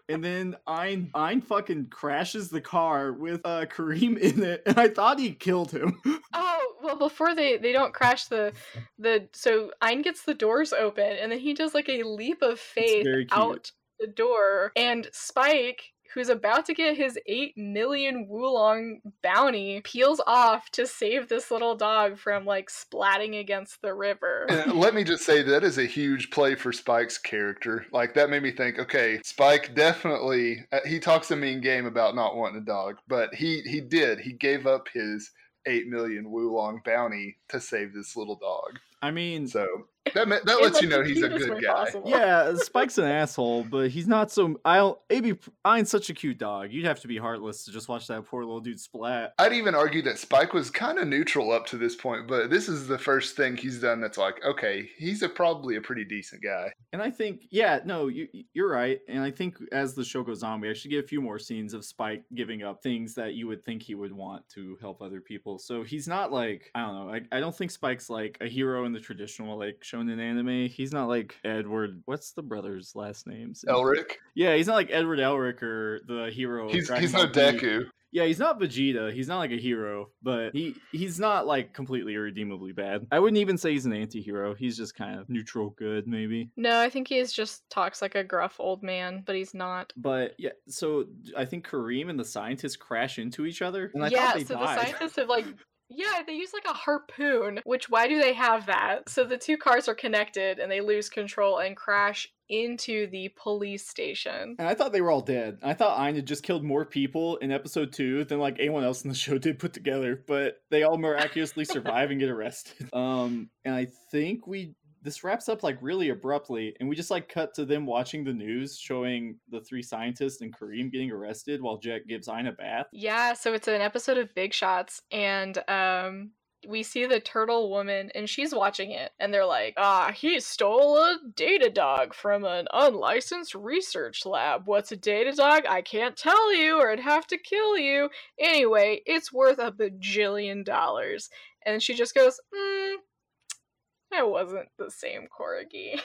Speaker 3: and then Ein Ein fucking crashes the car with uh, Kareem in it, and I thought he killed him.
Speaker 4: Oh well, before they they don't crash the the so Ein gets the doors open and then he does like a leap of faith
Speaker 3: very cute.
Speaker 4: out the door and Spike. Who's about to get his 8 million Wulong bounty peels off to save this little dog from like splatting against the river.
Speaker 5: And let me just say that is a huge play for Spike's character. Like that made me think, okay, Spike definitely uh, he talks a mean game about not wanting a dog, but he he did. He gave up his 8 million Wulong bounty to save this little dog.
Speaker 3: I mean,
Speaker 5: So that ma- that
Speaker 4: In,
Speaker 5: lets
Speaker 4: like,
Speaker 5: you know
Speaker 4: the
Speaker 5: he's a
Speaker 4: cutest
Speaker 5: good
Speaker 4: way
Speaker 5: guy.
Speaker 4: possible.
Speaker 3: yeah, Spike's an asshole, but he's not so. I'll AB Ein's such a cute dog. You'd have to be heartless to just watch that poor little dude splat.
Speaker 5: I'd even argue that Spike was kind of neutral up to this point, but this is the first thing he's done that's like, okay, he's a probably a pretty decent guy.
Speaker 3: And I think, yeah, no, you, y- you're right. And I think as the show goes on, we actually get a few more scenes of Spike giving up things that you would think he would want to help other people. So he's not like, I don't know, I, I don't think Spike's like a hero in the traditional, like shown in anime. He's not like Edward, what's the brother's last names? in-
Speaker 5: Elric,
Speaker 3: Yeah, he's not like Edward Elric or the hero. of
Speaker 5: he's
Speaker 3: Dragon
Speaker 5: he's
Speaker 3: Ball
Speaker 5: no
Speaker 3: Z.
Speaker 5: Deku.
Speaker 3: Yeah, he's not Vegeta. He's not like a hero, but he he's not like completely irredeemably bad. I wouldn't even say he's an anti-hero. He's just kind of neutral good, maybe.
Speaker 4: No, I think he is just talks like a gruff old man, but he's not.
Speaker 3: But yeah, so d- I think Kareem and the scientist crash into each other, and I
Speaker 4: yeah,
Speaker 3: thought they
Speaker 4: so
Speaker 3: died.
Speaker 4: the scientists have like yeah, they use like a harpoon, which why do they have that? So the two cars are connected and they lose control and crash into the police station.
Speaker 3: and I thought they were all dead. I thought Ayn had just killed more people in episode two than like anyone else in the show did put together. But they all miraculously survive and get arrested. Um, and I think we this wraps up like really abruptly, and we just like cut to them watching the news showing the three scientists and Kareem getting arrested while Jack gives Ayn a bath.
Speaker 4: Yeah, so it's an episode of Big Shots and um we see the turtle woman and she's watching it and they're like, "Ah, he stole a data dog from an unlicensed research lab. What's a data dog? I can't tell you or I'd have to kill you. Anyway, it's worth a bajillion dollars." And she just goes, mm, "Hmm, I wasn't the same corgi.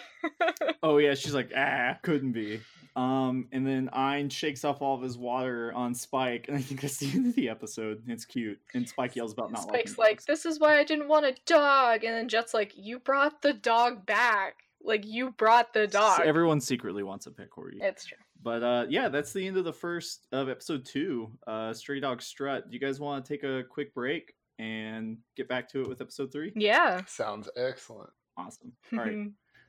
Speaker 3: Oh yeah, she's like, ah, couldn't be. Um, and then Ein shakes off all of his water on Spike, and I think that's the end of the episode. It's cute, and Spike yells about not
Speaker 4: Spike's
Speaker 3: liking
Speaker 4: like, this is why I didn't want a dog. And then Jet's like, you brought the dog back. Like, you brought the
Speaker 3: dogs."
Speaker 4: dog.
Speaker 3: So everyone secretly wants a pet corgi.
Speaker 4: it's true.
Speaker 3: But uh, yeah, that's the end of the first of episode two. Uh, Stray Dog Strut. Do you guys want to take a quick break and get back to it with episode three?
Speaker 4: Yeah.
Speaker 5: Sounds excellent.
Speaker 3: Awesome. All right.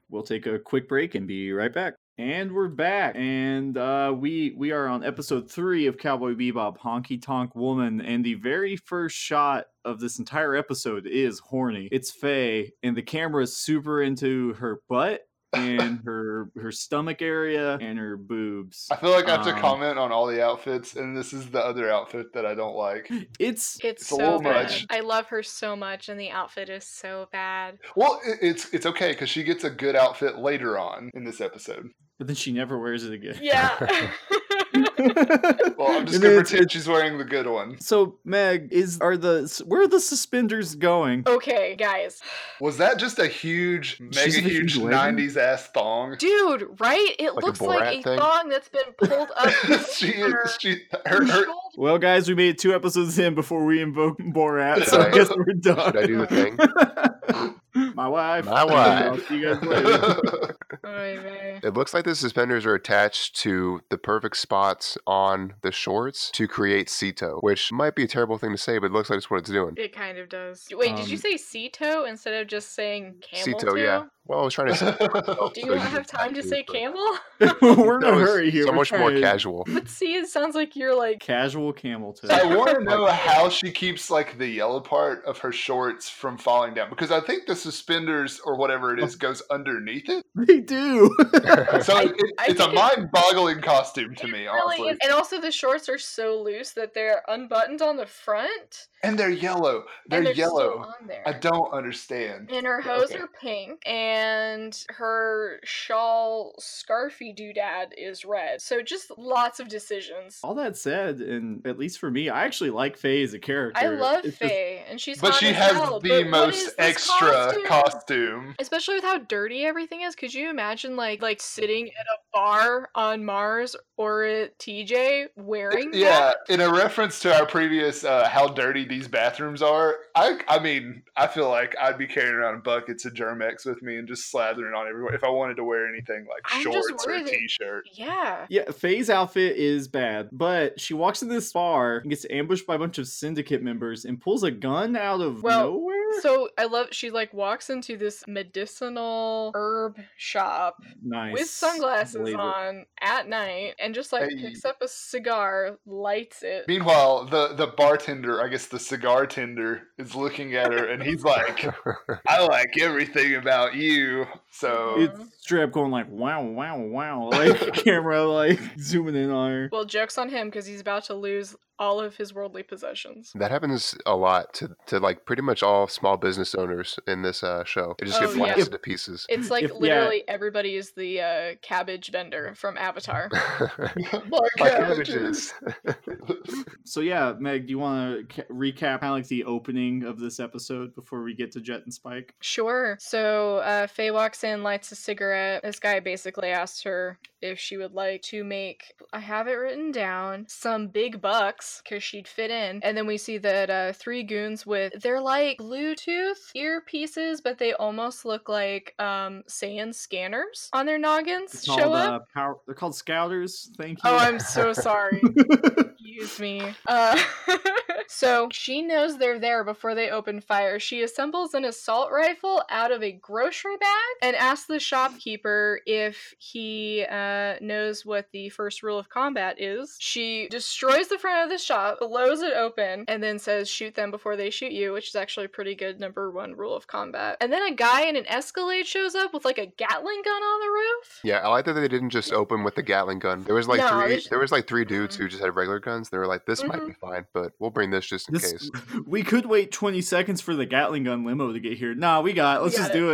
Speaker 3: We'll take a quick break and be right back. And we're back, and uh, we we are on episode three of Cowboy Bebop, Honky Tonk Woman, and the very first shot of this entire episode is horny. It's Faye, and the camera is super into her butt and her her stomach area and her boobs.
Speaker 5: I feel like I have to
Speaker 3: Um,
Speaker 5: comment on all the outfits, and this is the other outfit that I don't like.
Speaker 3: It's
Speaker 4: It's,
Speaker 5: It's a
Speaker 4: so
Speaker 5: little
Speaker 4: bad.
Speaker 5: much.
Speaker 4: I love her so much, and the outfit is so bad.
Speaker 5: Well, it, it's it's okay because she gets a good outfit later on in this episode.
Speaker 3: but then she never wears it again.
Speaker 4: Yeah.
Speaker 5: Well, I'm just
Speaker 3: And
Speaker 5: gonna
Speaker 3: it's-
Speaker 5: pretend she's wearing the good one.
Speaker 3: So Meg is are the where are the suspenders going?
Speaker 4: okay, guys.
Speaker 5: Was that just a huge, mega
Speaker 3: She's in a
Speaker 5: huge
Speaker 3: huge wedding?
Speaker 5: '90s ass thong?
Speaker 4: Dude, right? It
Speaker 2: Like a
Speaker 4: looks like
Speaker 2: Borat
Speaker 4: a
Speaker 2: thing?
Speaker 4: thong that's been pulled up
Speaker 5: she
Speaker 4: her,
Speaker 5: is. She her, her
Speaker 4: shoulder.
Speaker 3: Well, guys, we made it two episodes in before we invoke Borat, so I guess we're
Speaker 2: Should I
Speaker 3: done.
Speaker 2: do the thing?
Speaker 3: My wife.
Speaker 2: My wife.
Speaker 3: See you guys later.
Speaker 4: Oy vey.
Speaker 2: It looks like the suspenders are attached to the perfect spots on the shorts to create Sito, which might be a terrible thing to say, but it looks like it's what it's doing.
Speaker 4: It kind of does. Wait, did you
Speaker 3: Um,
Speaker 4: say Ceto instead of just saying camel?
Speaker 2: Sito,
Speaker 4: toe?
Speaker 2: yeah. Well, I was trying to say.
Speaker 4: Do
Speaker 2: So
Speaker 4: you
Speaker 2: you
Speaker 4: not have
Speaker 2: just
Speaker 4: time
Speaker 2: add
Speaker 4: to
Speaker 2: to
Speaker 4: say
Speaker 2: it, but-
Speaker 4: camel?
Speaker 3: We're in a
Speaker 2: That was
Speaker 3: hurry here.
Speaker 2: So
Speaker 3: We're
Speaker 2: much more
Speaker 3: trying to-
Speaker 2: casual.
Speaker 4: But see, it sounds like you're like
Speaker 3: Casual camel toe.
Speaker 5: I want to know how she keeps like the yellow part of her shorts from falling down because I think the suspenders or whatever it is goes underneath it.
Speaker 3: they do.
Speaker 5: So
Speaker 4: I-
Speaker 5: it,
Speaker 4: I
Speaker 5: it's a
Speaker 4: think it's-
Speaker 5: mind-boggling costume to
Speaker 4: It
Speaker 5: me,
Speaker 4: really
Speaker 5: honestly.
Speaker 4: is- And also, the shorts are so loose that they're unbuttoned on the front.
Speaker 5: And they're yellow. They're,
Speaker 4: and they're still
Speaker 5: yellow.
Speaker 4: on there.
Speaker 5: I don't understand.
Speaker 4: And her hose
Speaker 5: okay.
Speaker 4: are pink, and her shawl scarfy doodad is red. So just lots of decisions.
Speaker 3: All that said, and at least for me, I actually like Faye as a character.
Speaker 4: I love
Speaker 3: It's just-
Speaker 4: Faye, and she's
Speaker 5: But
Speaker 4: hot
Speaker 5: she
Speaker 4: as
Speaker 5: has
Speaker 4: hell, but
Speaker 5: the
Speaker 4: what
Speaker 5: most
Speaker 4: is this
Speaker 5: extra
Speaker 4: costume?
Speaker 5: costume.
Speaker 4: Especially with how dirty everything is, could you imagine like like sitting at a bar on Mars or at TJ wearing
Speaker 5: Yeah,
Speaker 4: that?
Speaker 5: in a reference to our previous uh, how dirty these bathrooms are, I I mean, I feel like I'd be carrying around buckets of Germex with me and just slathering on everywhere if I wanted to wear anything like
Speaker 4: I'm just
Speaker 5: shorts or a
Speaker 4: worried that-
Speaker 5: t-shirt.
Speaker 4: Yeah.
Speaker 3: Yeah, Faye's outfit is bad, but she walks into this bar and gets ambushed by a bunch of syndicate members and pulls a gun out of
Speaker 4: Well,
Speaker 3: nowhere.
Speaker 4: So I love she like walks into this medicinal herb shop
Speaker 3: nice.
Speaker 4: with sunglasses
Speaker 3: Believe it.
Speaker 4: on at night and just like
Speaker 5: Hey.
Speaker 4: picks up a cigar, lights it.
Speaker 5: Meanwhile, the the bartender, I guess the cigar tender, is looking at her and he's like, "I like everything about you." So
Speaker 4: Uh-huh.
Speaker 3: It's straight up going like wow, wow, wow, like camera like zooming in on her.
Speaker 4: Well, jokes on him because he's about to lose all of his worldly possessions.
Speaker 2: That happens a lot to, to like pretty much all small business owners in this uh, show. It just
Speaker 4: Oh,
Speaker 2: gets
Speaker 4: yeah.
Speaker 2: blasted to pieces.
Speaker 4: It's like
Speaker 3: If- yeah.
Speaker 4: literally everybody is the uh, cabbage vendor from Avatar.
Speaker 5: my
Speaker 2: My
Speaker 5: cabbages.
Speaker 2: cabbages.
Speaker 3: So yeah, Meg, do you want to ca- recap kind of like the opening of this episode before we get to Jet and Spike?
Speaker 4: Sure. So uh, Faye walks in, lights a cigarette. This guy basically asks her if she would like to make, I have it written down, some big bucks because she'd fit in. And then we see that uh, three goons with, they're like Bluetooth earpieces, but they almost look like um, Saiyan scanners on their noggins
Speaker 3: It's
Speaker 4: show
Speaker 3: called
Speaker 4: up.
Speaker 3: uh, power. They're called Scouters. Thank you.
Speaker 4: Oh, I'm so sorry. Excuse me. Uh, so she knows they're there before they open fire. She assembles an assault rifle out of a grocery bag and asks the shopkeeper if he uh, knows what the first rule of combat is. She destroys the front of the shop, blows it open, and then says, shoot them before they shoot you, which is actually a pretty good number one rule of combat. And then a guy in an Escalade shows up with like a Gatling gun on the roof.
Speaker 2: Yeah, I like that they didn't just open with the Gatling gun. There was like
Speaker 4: No, Mm-hmm.
Speaker 2: three.
Speaker 4: there's-
Speaker 2: There was like three dudes who just had regular guns. They were like, "This might
Speaker 4: Mhm.
Speaker 2: be fine, but we'll bring this just in
Speaker 3: This-
Speaker 2: case."
Speaker 3: we could wait 20 seconds for the Gatling gun limo to get here. Nah, we got. It.
Speaker 4: We
Speaker 3: Let's
Speaker 4: got
Speaker 3: just
Speaker 4: it.
Speaker 3: do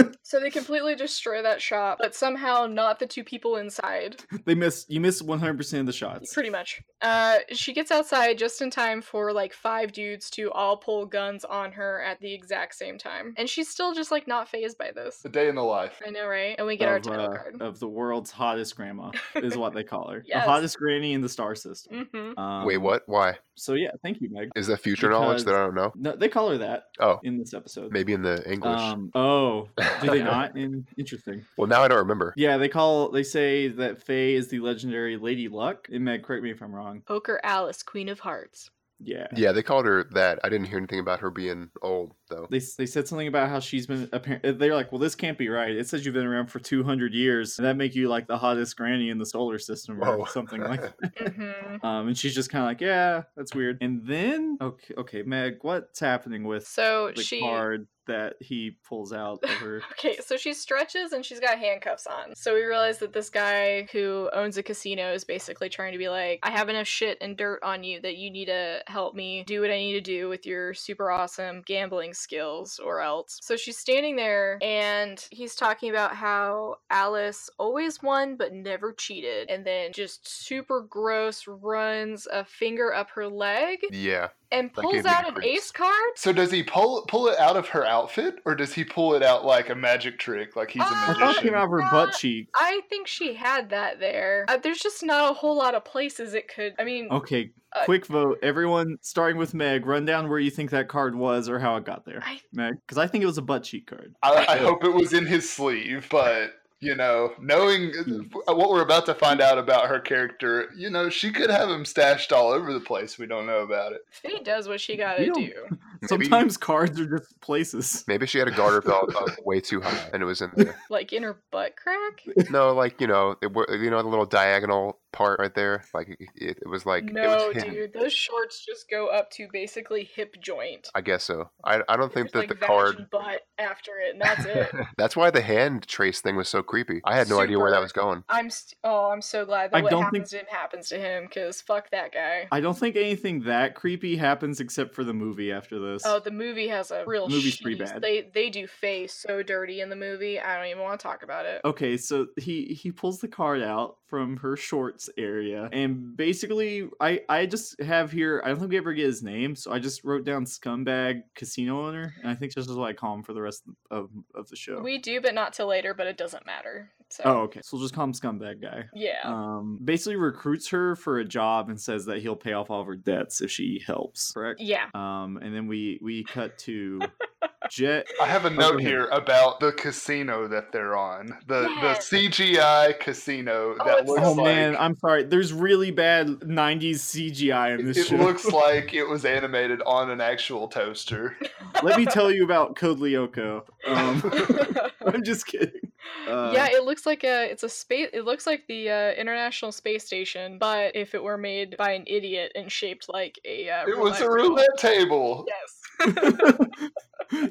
Speaker 3: it.
Speaker 4: So they completely destroy that shop, but somehow not the two people inside.
Speaker 3: they miss. You miss 100 percent of the shots.
Speaker 4: Pretty much. Uh, she gets outside just in time for like five dudes to all pull guns on her at the exact same time, and she's still just like not phased by this.
Speaker 5: A day in the life.
Speaker 4: I know, right? And we get our
Speaker 3: of,
Speaker 4: title
Speaker 3: uh,
Speaker 4: card.
Speaker 3: of the world's hottest grandma is what they call her.
Speaker 4: Yes.
Speaker 3: The hottest granny in the star system.
Speaker 4: mm-hmm.
Speaker 3: Um,
Speaker 2: Wait, what? Why
Speaker 3: So yeah, thank you, Meg.
Speaker 2: is that future knowledge that I don't know?
Speaker 3: No, they call her that
Speaker 2: Oh,
Speaker 3: in this episode.
Speaker 2: maybe in the English.
Speaker 3: Um, oh, do they not? In, interesting.
Speaker 2: well, now I don't remember.
Speaker 3: Yeah, they call. They say that Faye is the legendary Lady Luck. And Meg, correct me if I'm wrong.
Speaker 4: Poker Alice, Queen of Hearts.
Speaker 3: Yeah.
Speaker 2: Yeah, they called her that. I didn't hear anything about her being old though.
Speaker 3: They, they said something about how she's been apparent they're like well this can't be right it says you've been around for 200 years and that make you like the hottest granny in the solar system
Speaker 2: Whoa.
Speaker 3: or something like that
Speaker 4: Mm-hmm.
Speaker 3: um and she's just kind of like yeah that's weird and then okay okay meg what's happening with
Speaker 4: So
Speaker 3: the
Speaker 4: she.
Speaker 3: card that he pulls out of her
Speaker 4: Okay, so she stretches and she's got handcuffs on. So we realize that this guy who owns a casino is basically trying to be like, I have enough shit and dirt on you that you need to help me do what I need to do with your super awesome gambling skills or else. So she's standing there and he's talking about how Alice always won but never cheated and then just super gross runs a finger up her leg
Speaker 2: Yeah,
Speaker 4: and
Speaker 2: That
Speaker 4: pulls
Speaker 2: gave me
Speaker 4: out an
Speaker 2: creeps.
Speaker 4: ace card.
Speaker 5: So does he pull pull it out of her outfit, or does he pull it out like a magic trick, like he's
Speaker 4: Ah!
Speaker 5: a
Speaker 3: i thought it came
Speaker 5: magician?
Speaker 3: out of her butt cheek
Speaker 4: I think she had that there. Uh, there's just not a whole lot of places it could. I mean,
Speaker 3: okay
Speaker 4: Uh,
Speaker 3: quick vote everyone starting with meg run down where you think that card was or how it got there
Speaker 4: I-
Speaker 3: meg because i think it was a butt cheek card
Speaker 5: I, I hope it was in his sleeve, but you know, knowing uh,
Speaker 4: Hmm.
Speaker 5: what we're about to find out about her character, you know, she could have him stashed all over the place. We don't know about it.
Speaker 4: Faye does what she gotta
Speaker 3: You
Speaker 4: do.
Speaker 2: maybe,
Speaker 3: sometimes cards are just places
Speaker 2: maybe she had a garter belt up way too high and it was in there.
Speaker 4: Like in her butt crack?
Speaker 2: No, like you know, it, wa- you know the little diagonal part right there. Like it, it, it was like
Speaker 4: no,
Speaker 2: it was hidden.
Speaker 4: dude. Those shorts just go up to basically hip joint.
Speaker 2: I guess so. I, I don't think
Speaker 4: There's, like
Speaker 2: that the
Speaker 4: vag
Speaker 2: card
Speaker 4: and butt after it, and that's it.
Speaker 2: That's why the hand trace thing was so creepy. I had no idea where that
Speaker 4: Super.
Speaker 2: was going.
Speaker 4: I'm st- oh, I'm so glad that
Speaker 3: I
Speaker 4: what
Speaker 3: don't
Speaker 4: happens to him happens to him because fuck that guy.
Speaker 3: i don't think anything that creepy happens except for the movie after this
Speaker 4: Oh, the movie has a real.
Speaker 3: Movie's pretty
Speaker 4: sheeze.
Speaker 3: bad.
Speaker 4: They they do Faye so dirty in the movie. I don't even want to talk about it.
Speaker 3: Okay, so he he pulls the card out from her shorts area, and basically, I I just have here. I don't think we ever get his name, so I just wrote down scumbag casino owner, and I think this is what I call him for the rest of of the show.
Speaker 4: We do, but not till later. But it doesn't matter. So.
Speaker 3: oh, okay. So we'll just call him scumbag guy.
Speaker 4: Yeah.
Speaker 3: Um, basically recruits her for a job and says that he'll pay off all of her debts if she helps. Correct.
Speaker 4: yeah.
Speaker 3: Um, and then we we cut to Jet.
Speaker 5: I have a note
Speaker 3: Okay.
Speaker 5: here about the casino that they're on. The
Speaker 4: Yes.
Speaker 5: the CGI casino
Speaker 4: Oh,
Speaker 5: that
Speaker 4: it's
Speaker 5: looks
Speaker 3: Oh
Speaker 5: like
Speaker 3: man, I'm sorry. There's really bad '90s CGI in this
Speaker 5: it
Speaker 3: show.
Speaker 5: looks like it was animated on an actual toaster.
Speaker 3: Let me tell you about Code Lyoko. Um, I'm just kidding. Uh,
Speaker 4: yeah, it looks like a it's a space. It looks like the uh, International Space Station, but if it were made by an idiot and shaped like a uh,
Speaker 5: It was a
Speaker 4: roulette wheel.
Speaker 5: roulette table.
Speaker 4: Yes.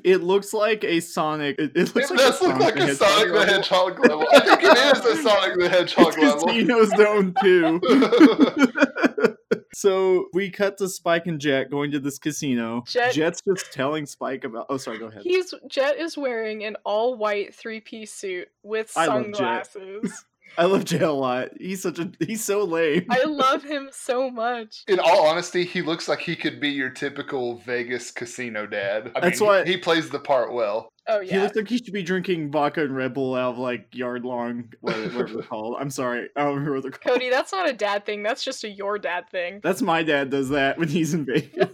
Speaker 3: it looks like a Sonic. It, it
Speaker 5: It
Speaker 3: looks like a
Speaker 5: does
Speaker 3: Sonic,
Speaker 5: look like
Speaker 3: the
Speaker 5: a Sonic the
Speaker 3: Hedgehog
Speaker 5: Hedgehog level. I think it is a Sonic the Hedgehog
Speaker 3: level. It's
Speaker 5: level.
Speaker 3: Casino's Zone too. so we cut to Spike and Jet going to this casino.
Speaker 4: Jet-
Speaker 3: Jet's just telling Spike about. Oh, sorry. Go ahead.
Speaker 4: He's Jet is wearing an all white three piece suit with
Speaker 3: I love Jet.
Speaker 4: sunglasses.
Speaker 3: I love Jet a lot. He's such a. He's so lame.
Speaker 4: I love him so much.
Speaker 5: In all honesty, he looks like he could be your typical Vegas casino dad. I
Speaker 3: That's
Speaker 5: mean,
Speaker 3: what-
Speaker 5: he plays the part well.
Speaker 4: Oh
Speaker 3: He
Speaker 4: yeah.
Speaker 3: looks like he should be drinking vodka and Red Bull out of like yard long, what- whatever they're called. I'm sorry, I don't remember what they're called.
Speaker 4: Cody, that's not a dad thing. That's just a your dad thing.
Speaker 3: That's my dad does that when he's in Vegas.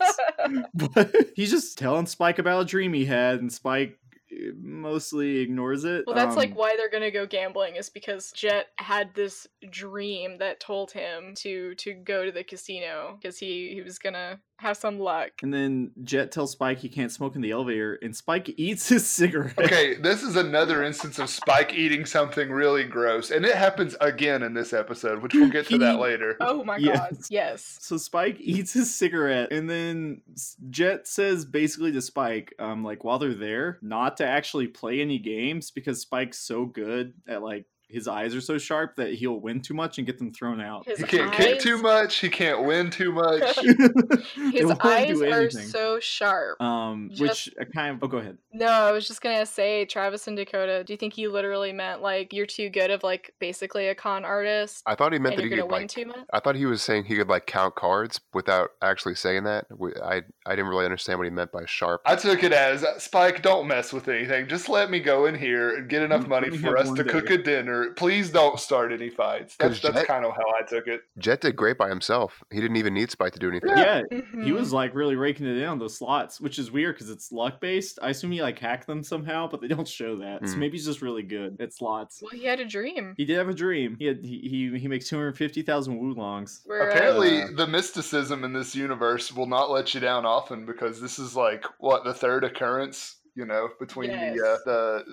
Speaker 3: but he's just telling Spike about a dream he had, and Spike eh, mostly ignores it.
Speaker 4: Well, that's like
Speaker 3: Um,
Speaker 4: why they're gonna go gambling is because Jet had this dream that told him to to go to the casino because he he was gonna have some luck.
Speaker 3: And then Jet tells Spike he can't smoke in the elevator, and Spike eats his cigarette.
Speaker 5: Okay, this is another instance of Spike eating something really gross, and it happens again in this episode, which we'll get to that
Speaker 3: He-
Speaker 5: later.
Speaker 4: Oh my
Speaker 3: Yes.
Speaker 4: god! Yes.
Speaker 3: So Spike eats his cigarette, and then S- Jet says basically to Spike, um, like while they're there, not to actually play any games because Spike's so good at like his eyes are so sharp that he'll win too much and get them thrown out.
Speaker 4: His
Speaker 5: He can't
Speaker 4: eyes,
Speaker 5: kick too much. He can't win too much.
Speaker 3: It
Speaker 4: His
Speaker 3: won't do
Speaker 4: eyes are
Speaker 3: anything.
Speaker 4: so sharp.
Speaker 3: um,
Speaker 4: just-
Speaker 3: which I kind of. Oh, go ahead.
Speaker 4: No, I was just gonna say, Travis and Dakota. Do you think he literally meant like you're too good of like basically a con artist,
Speaker 2: I thought he meant
Speaker 4: and
Speaker 2: that
Speaker 4: you're
Speaker 2: he
Speaker 4: gonna
Speaker 2: could
Speaker 4: win
Speaker 2: like.
Speaker 4: too much?
Speaker 2: I thought he was saying he could like count cards without actually saying that. We- I I didn't really understand what he meant by sharp.
Speaker 5: I took it as Spike, don't mess with anything. Just let me go in here and get enough
Speaker 3: Let
Speaker 5: money
Speaker 3: me
Speaker 5: for
Speaker 3: have
Speaker 5: us
Speaker 3: one
Speaker 5: to
Speaker 3: day.
Speaker 5: cook a dinner. Please don't start any fights. That's,
Speaker 2: 'Cause
Speaker 5: that's
Speaker 2: Jet-
Speaker 5: kind of how I took it.
Speaker 2: Jet did great by himself. He didn't even need Spike to do anything.
Speaker 3: Yeah, he
Speaker 4: Mhm.
Speaker 3: was like really raking it in on those slots, which is weird because it's luck based. I assume he like hacked them somehow, but they don't show that. So
Speaker 5: Mm.
Speaker 2: Hmm.
Speaker 3: maybe he's just really good at slots.
Speaker 4: Well, he had a dream.
Speaker 3: He did have a dream. He had, he, he he makes two hundred fifty thousand wulongs.
Speaker 4: Where, uh,
Speaker 5: Apparently,
Speaker 3: Uh,
Speaker 5: the mysticism in this universe will not let you down often because this is like what the third occurrence, you know, between
Speaker 4: Yes.
Speaker 5: the uh,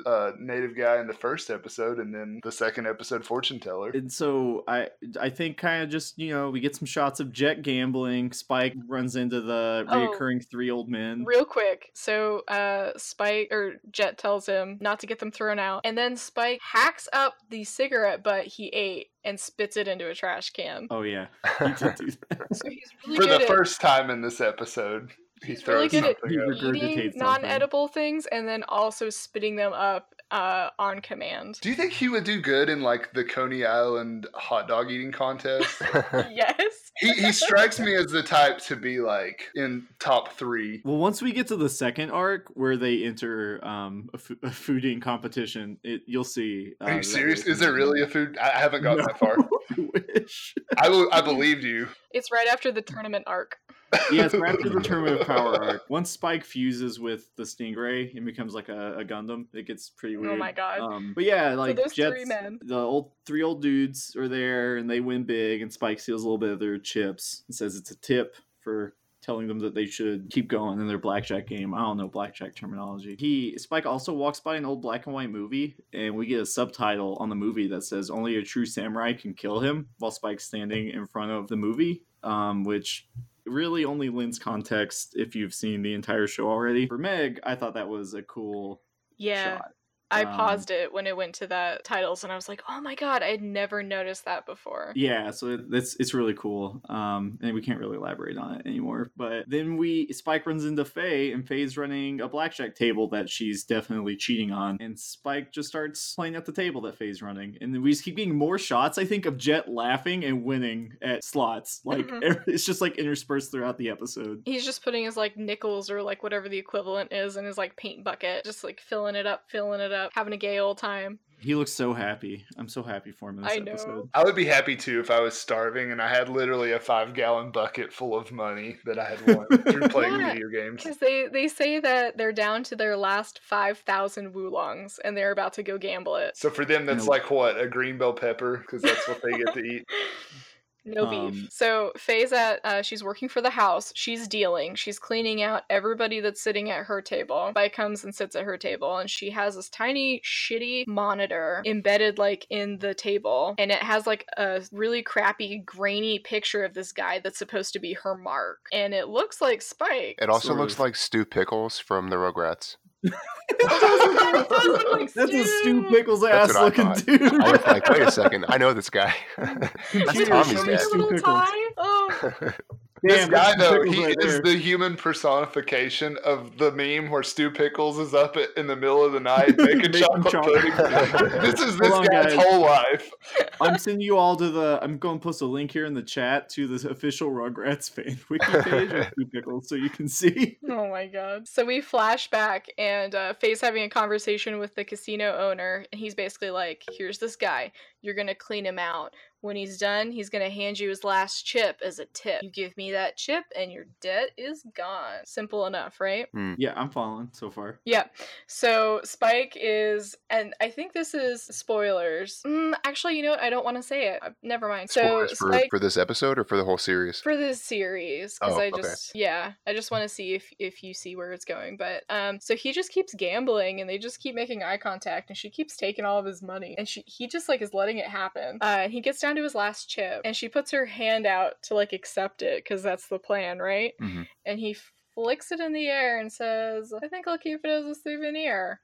Speaker 5: the uh, native guy in the first episode and then the second episode, fortune teller.
Speaker 3: And so I I think kind of just you know we get some shots of Jet gambling. Spike runs into the
Speaker 4: Oh.
Speaker 3: reoccurring three old men.
Speaker 4: Real quick, so uh Spike or Jet tells him not to get them thrown out, and then Spike hacks up the cigarette butt he ate and spits it into a trash can.
Speaker 3: Oh yeah, he did do that.
Speaker 4: So he's really
Speaker 5: for
Speaker 4: good
Speaker 5: the
Speaker 4: at
Speaker 5: first time in this episode, he
Speaker 4: He's really
Speaker 5: throws
Speaker 4: good at
Speaker 5: something
Speaker 3: He
Speaker 5: up.
Speaker 4: eating
Speaker 3: regurgitates something.
Speaker 4: non-edible things and then also spitting them up uh on command.
Speaker 5: Do you think he would do good in like the Coney Island hot dog eating contest?
Speaker 4: yes.
Speaker 5: he, he strikes me as the type to be like in top three.
Speaker 3: Well, once we get to the second arc where they enter um, a, fo- a food eating competition, it, you'll see.
Speaker 5: Are
Speaker 3: uh,
Speaker 5: you
Speaker 3: that
Speaker 5: serious?
Speaker 3: there's
Speaker 5: Is there
Speaker 3: some-
Speaker 5: really a food? I I haven't gotten that far.
Speaker 3: I wish.
Speaker 5: I, will- I believed you.
Speaker 4: It's right after the tournament arc.
Speaker 3: Yeah, it's after the Tournament of Power arc. Once Spike fuses with the Stingray and becomes like a, a Gundam, it gets pretty weird.
Speaker 4: Oh my god.
Speaker 3: Um, but yeah, like
Speaker 4: those three
Speaker 3: Jets,
Speaker 4: men.
Speaker 3: the old three old dudes are there, and they win big. And Spike steals a little bit of their chips and says it's a tip for telling them that they should keep going in their blackjack game. I don't know blackjack terminology. He Spike also walks by an old black and white movie, and we get a subtitle on the movie that says "Only a true samurai can kill him," while Spike's standing in front of the movie, um, which really only lends context if you've seen the entire show already. For Meg, I thought that was a cool
Speaker 4: yeah.
Speaker 3: shot.
Speaker 4: I
Speaker 3: um,
Speaker 4: paused it when it went to the titles and I was like, "Oh my god, I had never noticed that before."
Speaker 3: Yeah, so it- that's it's really cool. Um, and we can't really elaborate on it anymore. But then we Spike runs into Faye, and Faye's running a blackjack table that she's definitely cheating on, and Spike just starts playing at the table that Faye's running, and then we just keep getting more shots. I think of Jet laughing and winning at slots. Like
Speaker 4: Mm-hmm.
Speaker 3: it's just like interspersed throughout the episode.
Speaker 4: He's just putting his like nickels or like whatever the equivalent is in his like paint bucket, just like filling it up, filling it up, having a gay old time.
Speaker 3: He looks so happy. I'm so happy for him in this
Speaker 4: I know.
Speaker 3: episode.
Speaker 5: I would be happy too if I was starving and I had literally a five gallon bucket full of money that I had won through playing
Speaker 4: Yeah.
Speaker 5: video games.
Speaker 4: Because they they say that they're down to their last five thousand wulongs and they're about to go gamble it.
Speaker 5: So for them, that's
Speaker 3: No.
Speaker 5: like what a green bell pepper because that's what they get to eat.
Speaker 4: No
Speaker 3: Um,
Speaker 4: beef. So Faye's at uh, she's working for the house. She's dealing. She's cleaning out everybody that's sitting at her table. Spike comes and sits at her table, and she has this tiny shitty monitor embedded like in the table, and it has like a really crappy grainy picture of this guy that's supposed to be her mark, and it looks like Spike.
Speaker 2: It also
Speaker 3: Sort
Speaker 2: looks
Speaker 3: of.
Speaker 2: like Stew Pickles from the Rugrats.
Speaker 4: It does look like
Speaker 3: That's a Stu
Speaker 4: Stu.
Speaker 3: Pickles
Speaker 2: That's
Speaker 3: ass
Speaker 2: what I
Speaker 3: looking
Speaker 2: thought.
Speaker 3: dude.
Speaker 2: I was like, wait a second, I know this guy.
Speaker 3: Computer,
Speaker 2: That's
Speaker 3: show
Speaker 2: Tommy's
Speaker 3: me
Speaker 2: dad.
Speaker 4: Your little
Speaker 3: Pickles.
Speaker 4: tie? Oh.
Speaker 5: This
Speaker 3: Damn, that's
Speaker 5: guy
Speaker 3: Stu
Speaker 5: though,
Speaker 3: Pickles
Speaker 5: he
Speaker 3: right
Speaker 5: is
Speaker 3: there.
Speaker 5: the human personification of the meme where Stu Pickles is up at, in the middle of the night making
Speaker 3: Making
Speaker 5: chocolate
Speaker 3: chocolate.
Speaker 5: pudding. this is this
Speaker 3: Hold on,
Speaker 5: guy's
Speaker 3: guys.
Speaker 5: whole life.
Speaker 3: I'm sending you all to the. I'm going to post a link here in the chat to the official Rugrats fan wiki page of Two Pickles, so you can see.
Speaker 4: Oh my god. So we flash back and uh, Faye's having a conversation with the casino owner, and he's basically like, Here's this guy. You're going to clean him out. When he's done, he's going to hand you his last chip as a tip. You give me that chip, and your debt is gone. Simple enough, right?
Speaker 3: Yeah, I'm following so far.
Speaker 4: Yeah. So Spike is, and I think this is spoilers. Mm, actually, you know what? I don't want to say it. Uh, Never mind. So
Speaker 2: Spoilers for,
Speaker 4: Spike
Speaker 2: for this episode or for the whole series?
Speaker 4: for this series because
Speaker 2: Oh,
Speaker 4: i
Speaker 2: okay.
Speaker 4: just yeah i just want to see if if you see where it's going but um so he just keeps gambling and they just keep making eye contact and she keeps taking all of his money and she he just like is letting it happen uh and he gets down to his last chip and she puts her hand out to like accept it because that's the plan right
Speaker 2: Mhm.
Speaker 4: and he flicks it in the air and says i think i'll keep it as a souvenir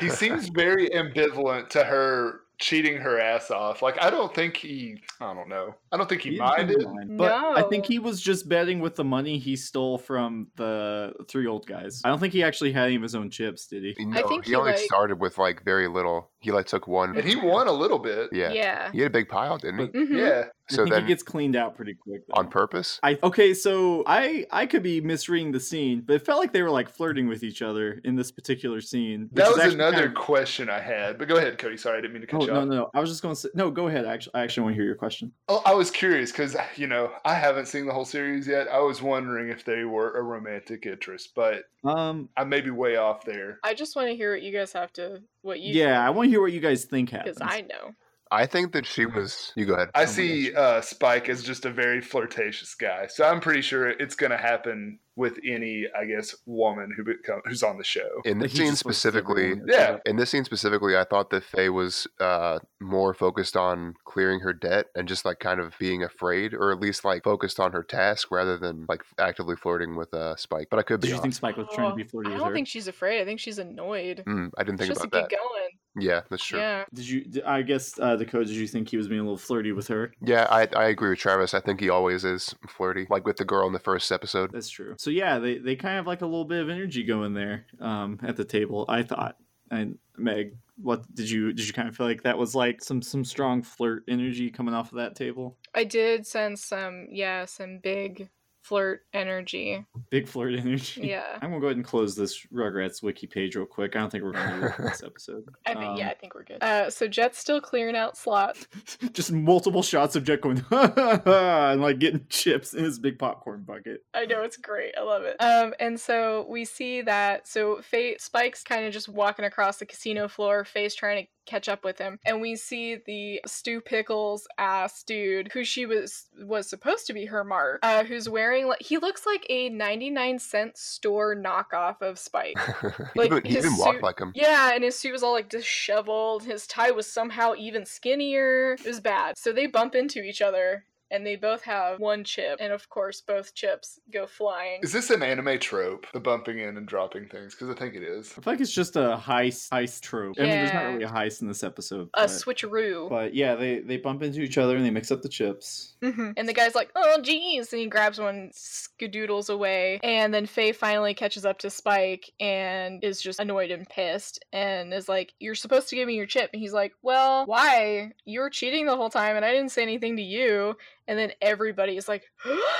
Speaker 5: He seems very ambivalent to her cheating her ass off. Like I don't think he I don't know. I don't think he,
Speaker 3: He didn't
Speaker 5: minded.
Speaker 3: mind, But I think
Speaker 4: No.
Speaker 3: he was just betting with the money he stole from the three old guys. I don't think he actually had any of his own chips, did he?
Speaker 2: No,
Speaker 4: think
Speaker 2: he,
Speaker 4: he,
Speaker 2: only
Speaker 4: like-
Speaker 2: started with like very little. He like took one.
Speaker 5: And he won a little bit.
Speaker 2: yeah.
Speaker 4: Yeah.
Speaker 2: He had a big pile, didn't he?
Speaker 3: But-
Speaker 4: Mhm.
Speaker 5: Yeah.
Speaker 3: I
Speaker 2: So
Speaker 3: think
Speaker 2: then
Speaker 3: he gets cleaned out pretty quick. though.
Speaker 2: on purpose?
Speaker 3: I okay, so I I could be misreading the scene, but it felt like they were like flirting with each other in this particular scene. which
Speaker 5: That
Speaker 3: is
Speaker 5: was
Speaker 3: actually
Speaker 5: another
Speaker 3: kind of-
Speaker 5: question I had. But go ahead, Cody. Sorry, I didn't mean to cut
Speaker 3: Oh,
Speaker 5: you off.
Speaker 3: no, no, no. I was just going to say no. Go ahead. Actually, I actually want to hear your question.
Speaker 5: Oh, I was curious because you know I haven't seen the whole series yet. I was wondering if they were a romantic interest, but
Speaker 3: Um,
Speaker 5: I may be way off there.
Speaker 4: I just want to hear what you guys have to what you
Speaker 3: yeah, I want to hear what you guys think happens.
Speaker 4: because I know.
Speaker 2: I think that she was. You go ahead.
Speaker 5: I
Speaker 3: Oh my
Speaker 5: see uh, Spike as just a very flirtatious guy, so I'm pretty sure it's going to happen with any, I guess, woman who become who's on the show.
Speaker 2: In
Speaker 3: He
Speaker 2: this
Speaker 3: just
Speaker 2: scene
Speaker 3: looks at
Speaker 2: specifically,
Speaker 3: everyone.
Speaker 5: Yeah.
Speaker 2: in this scene specifically, I thought that Faye was uh, more focused on clearing her debt and just like kind of being afraid, or at least like focused on her task rather than like actively flirting with uh, Spike. But I could
Speaker 3: Did
Speaker 2: be.
Speaker 3: you
Speaker 2: off.
Speaker 3: think Spike was trying to be
Speaker 4: Oh,
Speaker 3: flirty
Speaker 4: I
Speaker 3: with
Speaker 4: don't
Speaker 3: her?
Speaker 4: think she's afraid. I think she's annoyed.
Speaker 2: Mm, I didn't
Speaker 4: She
Speaker 2: think
Speaker 4: just
Speaker 2: about
Speaker 4: to
Speaker 2: that.
Speaker 4: keep going.
Speaker 2: Yeah, that's true. Yeah,
Speaker 4: Yeah.
Speaker 3: Did you? d- I guess uh, Dakota. Did you think he was being a little flirty with her?
Speaker 2: I, I agree with Travis. I think he always is flirty, like with the girl in the first episode.
Speaker 3: That's true. So yeah, they they kind of like a little bit of energy going there um, at the table. I thought. And Meg, what did you did you kind of feel like that was like some some strong flirt energy coming off of that table?
Speaker 4: I did sense some yeah, some big flirt energy.
Speaker 3: Big flirt energy.
Speaker 4: Yeah.
Speaker 3: I'm gonna go ahead and close this Rugrats wiki page real quick. I don't think we're gonna do it in this episode.
Speaker 4: I think yeah,
Speaker 3: Um,
Speaker 4: I think we're good. Uh so Jet's still clearing out slots.
Speaker 3: Just multiple shots of Jet going and like getting chips in his big popcorn bucket.
Speaker 4: I know it's great. I love it. Um, and so we see that. So Fate Spike's kind of just walking across the casino floor. Faye's trying to catch up with him, and we see the Stew Pickles ass dude who she was was supposed to be her mark. Uh, who's wearing like he looks like a ninety nine cent store knockoff of Spike.
Speaker 2: he
Speaker 4: Like,
Speaker 2: even, he
Speaker 4: his
Speaker 2: even
Speaker 4: suit-
Speaker 2: walked like him.
Speaker 4: Yeah, and his suit was all like disheveled. His tie was somehow even skinnier. It was bad. So they bump into each other. And they both have one chip, and of course, both chips go flying.
Speaker 5: Is this an anime trope, the bumping in and dropping things? Because I think it is.
Speaker 3: I feel like it's just a heist heist trope. I mean, there's not
Speaker 4: Yeah.
Speaker 3: really a heist in this episode.
Speaker 4: a
Speaker 3: but-
Speaker 4: switcheroo.
Speaker 3: But yeah, they they bump into each other and they mix up the chips.
Speaker 4: Mhm. And the guy's like, oh, jeez. And he grabs one, skadoodles away. And then Faye finally catches up to Spike and is just annoyed and pissed and is like, you're supposed to give me your chip. And he's like, well, why? You were cheating the whole time and I didn't say anything to you. And then everybody is like,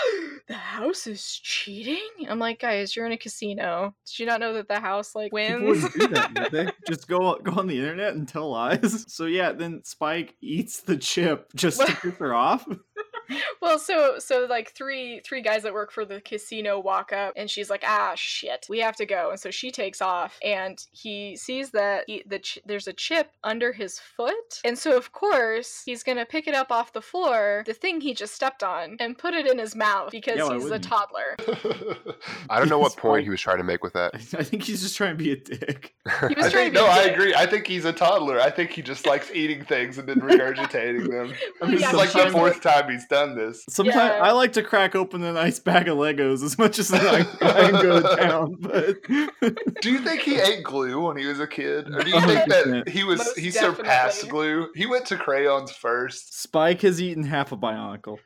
Speaker 4: the house is cheating? I'm like, guys, you're in a casino. Did you not know that the house, like,
Speaker 3: People
Speaker 4: wins?
Speaker 3: wouldn't do that, would they? Just go go on the internet and tell lies. So yeah, then Spike eats the chip just to piss her off.
Speaker 4: well so so like three three guys that work for the casino walk up and she's like ah shit we have to go and so she takes off and he sees that he, the ch- there's a chip under his foot and so of course he's gonna pick it up off the floor the thing he just stepped on and put it in his mouth because
Speaker 3: Yeah, why
Speaker 4: he's a
Speaker 3: wouldn't you?
Speaker 4: toddler
Speaker 2: I don't know what
Speaker 3: Spike-
Speaker 2: point he was trying to make with that.
Speaker 3: I think he's just trying to be a dick.
Speaker 4: he was
Speaker 5: I
Speaker 4: trying
Speaker 5: think,
Speaker 4: to
Speaker 5: no,
Speaker 4: be a
Speaker 5: I
Speaker 4: dick.
Speaker 5: agree. I think he's a toddler. I think he just likes eating things and then regurgitating them.
Speaker 4: Well,
Speaker 5: This
Speaker 3: yeah,
Speaker 5: is like
Speaker 4: she
Speaker 5: the
Speaker 4: was
Speaker 5: fourth time he's done this.
Speaker 3: Sometimes
Speaker 4: Yeah.
Speaker 3: I like to crack open a nice bag of Legos as much as I I can go down, but
Speaker 5: Do you think he ate glue when he was a kid, or do you
Speaker 3: A
Speaker 5: think
Speaker 3: hundred
Speaker 5: that
Speaker 3: percent.
Speaker 5: he was
Speaker 4: Most
Speaker 5: he surpassed
Speaker 4: definitely.
Speaker 5: glue? He went to crayons first.
Speaker 3: Spike has eaten half a Bionicle.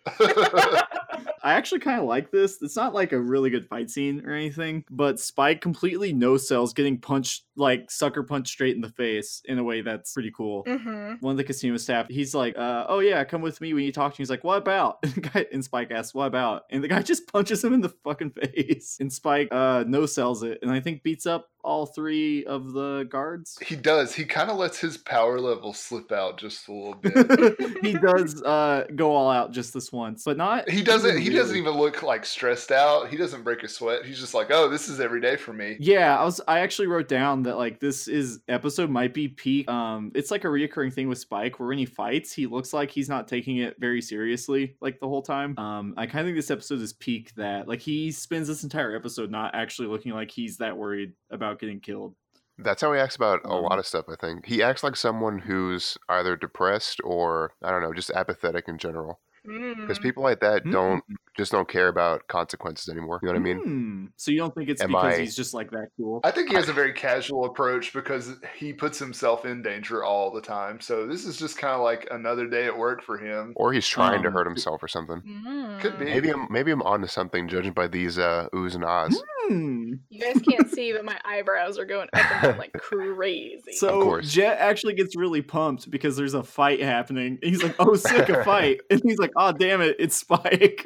Speaker 3: I actually kind of like this. It's not like a really good fight scene or anything, but Spike completely no sells getting punched, like sucker punched straight in the face in a way that's pretty cool.
Speaker 4: Mhm.
Speaker 3: One of the casino staff, he's like, uh, "Oh yeah, come with me." When you talk to him, he's like, "What about?" And, the guy, and Spike asks, "What about?" And the guy just punches him in the fucking face. And Spike uh, no sells it, and I think beats up all three of the guards.
Speaker 5: he does. He kind of lets his power level slip out just a little bit.
Speaker 3: he does uh, go all out just this once, but not.
Speaker 5: He doesn't. He doesn't
Speaker 3: really.
Speaker 5: even look like stressed out. He doesn't break a sweat. He's just like, oh, this is every day for me.
Speaker 3: Yeah, I was I actually wrote down that like this is episode might be peak. Um it's like a reoccurring thing with Spike where when he fights, he looks like he's not taking it very seriously like the whole time. Um I kind of think this episode is peak that like he spends this entire episode not actually looking like he's that worried about getting killed.
Speaker 2: That's how he acts about a
Speaker 3: Um,
Speaker 2: lot of stuff, I think. He acts like someone who's either depressed or, I don't know, just apathetic in general. because
Speaker 4: Mm.
Speaker 2: people like that
Speaker 3: Hmm.
Speaker 2: don't just don't care about consequences anymore. You know what I mean?
Speaker 3: Hmm. So you don't think it's
Speaker 2: Am
Speaker 3: because
Speaker 2: I-
Speaker 3: he's just like that cool?
Speaker 5: I think he has a very casual approach because he puts himself in danger all the time. So this is just kind of like another day at work for him.
Speaker 2: Or he's trying to
Speaker 3: Um,
Speaker 2: hurt himself or something.
Speaker 5: Could be.
Speaker 4: Mm.
Speaker 2: Maybe I'm maybe I'm onto something judging by these uh, oohs and ahs.
Speaker 3: Hmm.
Speaker 4: You guys can't see, but my eyebrows are going up and down like crazy.
Speaker 3: So
Speaker 2: course.
Speaker 3: Jet actually gets really pumped because there's a fight happening. And he's like, "Oh, sick, a fight!" And he's like, "Oh, damn it, it's Spike."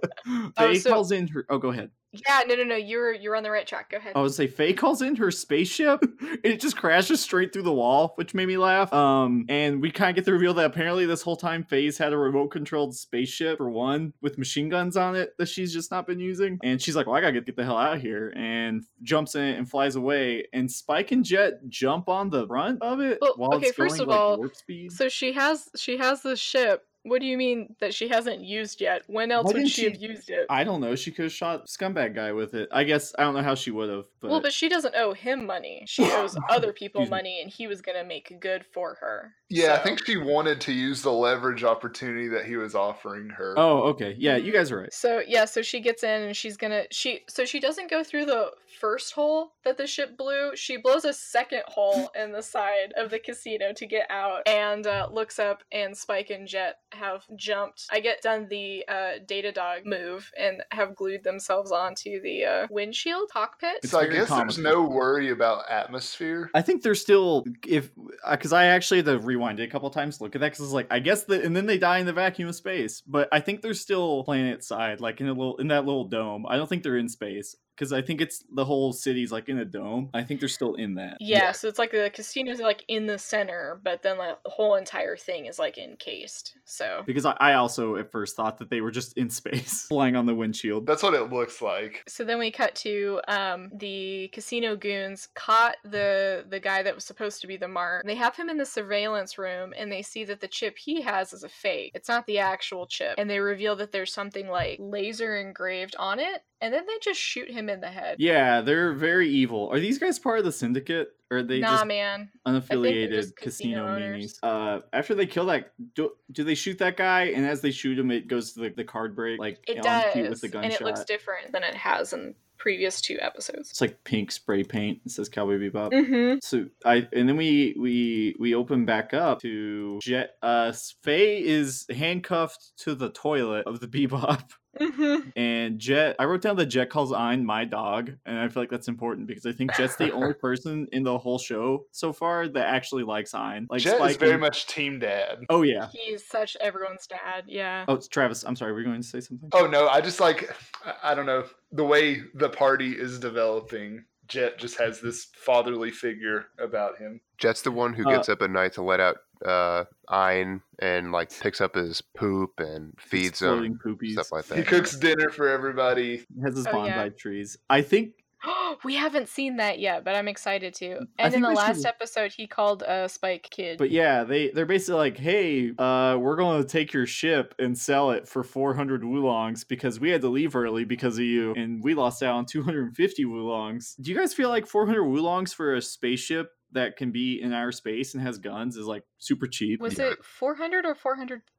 Speaker 3: Faye
Speaker 4: so-
Speaker 3: calls in her. Oh, go ahead.
Speaker 4: yeah, no, no, no. You're you're on the right track. Go ahead.
Speaker 3: I would say Faye calls in her spaceship. and it just crashes straight through the wall, which made me laugh. Um, and we kind of get the reveal that apparently this whole time Faye's had a remote-controlled spaceship for one with machine guns on it that she's just not been using. And she's like, "Well, I gotta get, get the hell out of here," and jumps in and flies away. And Spike and Jet jump on the front of it
Speaker 4: Well,
Speaker 3: while
Speaker 4: okay,
Speaker 3: it's
Speaker 4: first
Speaker 3: going,
Speaker 4: of
Speaker 3: like,
Speaker 4: all,
Speaker 3: warp speed.
Speaker 4: So she has she has this ship. What do you mean that she hasn't used yet? When else would
Speaker 3: didn't
Speaker 4: she,
Speaker 3: she- Ah,
Speaker 4: have used it?
Speaker 3: I don't know. She could have shot scumbag guy with it. I guess I don't know how she would have. But,
Speaker 4: Well, but she doesn't owe him money. She owes other people
Speaker 3: Excuse me.
Speaker 4: money, and he was gonna make good for her.
Speaker 5: Yeah, I
Speaker 4: So-
Speaker 5: think she wanted to use the leverage opportunity that he was offering her.
Speaker 3: oh, okay, yeah, you guys are right.
Speaker 4: So yeah, so she gets in and she's gonna she so she doesn't go through the first hole that the ship blew. She blows a second hole in the side of the casino to get out and uh, looks up and Spike and Jet have jumped. I get done the uh, data dog move and have glued themselves onto the uh, windshield cockpit.
Speaker 3: It's
Speaker 5: so I
Speaker 3: very
Speaker 5: guess there's
Speaker 3: comical.
Speaker 5: no worry about atmosphere.
Speaker 3: I think they're still if because I actually had to rewind it a couple times. to Look at that because it's like I guess the and then they die in the vacuum of space. But I think they're still planet side, like in a little in that little dome. I don't think they're in space because I think it's the whole city's like in a dome. I think they're still in that.
Speaker 4: Yeah, so it's like the casino's like in the center, but then like, the whole entire thing is like encased. So
Speaker 3: Because I, I also at first thought that they were just in space flying on the windshield.
Speaker 5: That's what it looks like.
Speaker 4: So then we cut to um, the casino goons caught the the guy that was supposed to be the mark. They have him in the surveillance room, and they see that the chip he has is a fake. It's not the actual chip, and they reveal that there's something like laser engraved on it. And then they just shoot him in the head.
Speaker 3: Yeah, they're very evil. Are these guys part of the syndicate? Or are they
Speaker 4: nah,
Speaker 3: just
Speaker 4: man.
Speaker 3: unaffiliated
Speaker 4: just
Speaker 3: casino meanies.
Speaker 4: casino owners.
Speaker 3: Uh, after they kill that, do, do they shoot that guy? And as they shoot him, it goes to the, the card break, like
Speaker 4: It
Speaker 3: on cue
Speaker 4: does,
Speaker 3: with the
Speaker 4: and
Speaker 3: gunshot.
Speaker 4: it looks different than it has in previous two episodes.
Speaker 3: it's like pink spray paint. It says Cowboy Bebop.
Speaker 4: Mm-hmm.
Speaker 3: So I and then we we we open back up to Jet. Uh, Faye is handcuffed to the toilet of the Bebop,
Speaker 4: Mm-hmm.
Speaker 3: and Jet. I wrote down that Jet calls Ein my dog, and I feel like that's important because I think Jet's the only person in the whole show so far that actually likes Ein. Like
Speaker 5: Jet is
Speaker 3: Spike
Speaker 5: very
Speaker 3: and-
Speaker 5: much team dad.
Speaker 3: Oh yeah,
Speaker 4: He's such everyone's dad. Yeah.
Speaker 3: Oh, it's Travis. I'm sorry. Were you going to say something?
Speaker 5: Oh no, I just like I- I don't know the way the party is developing. Jet just has this fatherly figure about him.
Speaker 2: Jet's the one who
Speaker 3: Uh,
Speaker 2: gets up at night to let out uh, Ein and like picks up his poop and feeds him
Speaker 3: Exploding poopies.
Speaker 2: um, stuff like
Speaker 5: He
Speaker 2: that.
Speaker 5: cooks dinner for everybody.
Speaker 3: Has his
Speaker 4: Oh,
Speaker 3: bond
Speaker 4: yeah.
Speaker 3: by trees. I think.
Speaker 4: we haven't seen that yet, but I'm excited to.
Speaker 3: I
Speaker 4: And in
Speaker 3: think
Speaker 4: the
Speaker 3: they should-
Speaker 4: last episode, he called uh, Spike kid.
Speaker 3: But yeah, they they're basically like, hey, uh, we're going to take your ship and sell it for 400 wulongs because we had to leave early because of you, and we lost out on 250 wulongs. Do you guys feel like 400 wulongs for a spaceship that can be in our space and has guns is like super cheap?
Speaker 4: Was
Speaker 2: Yeah.
Speaker 4: it 400 or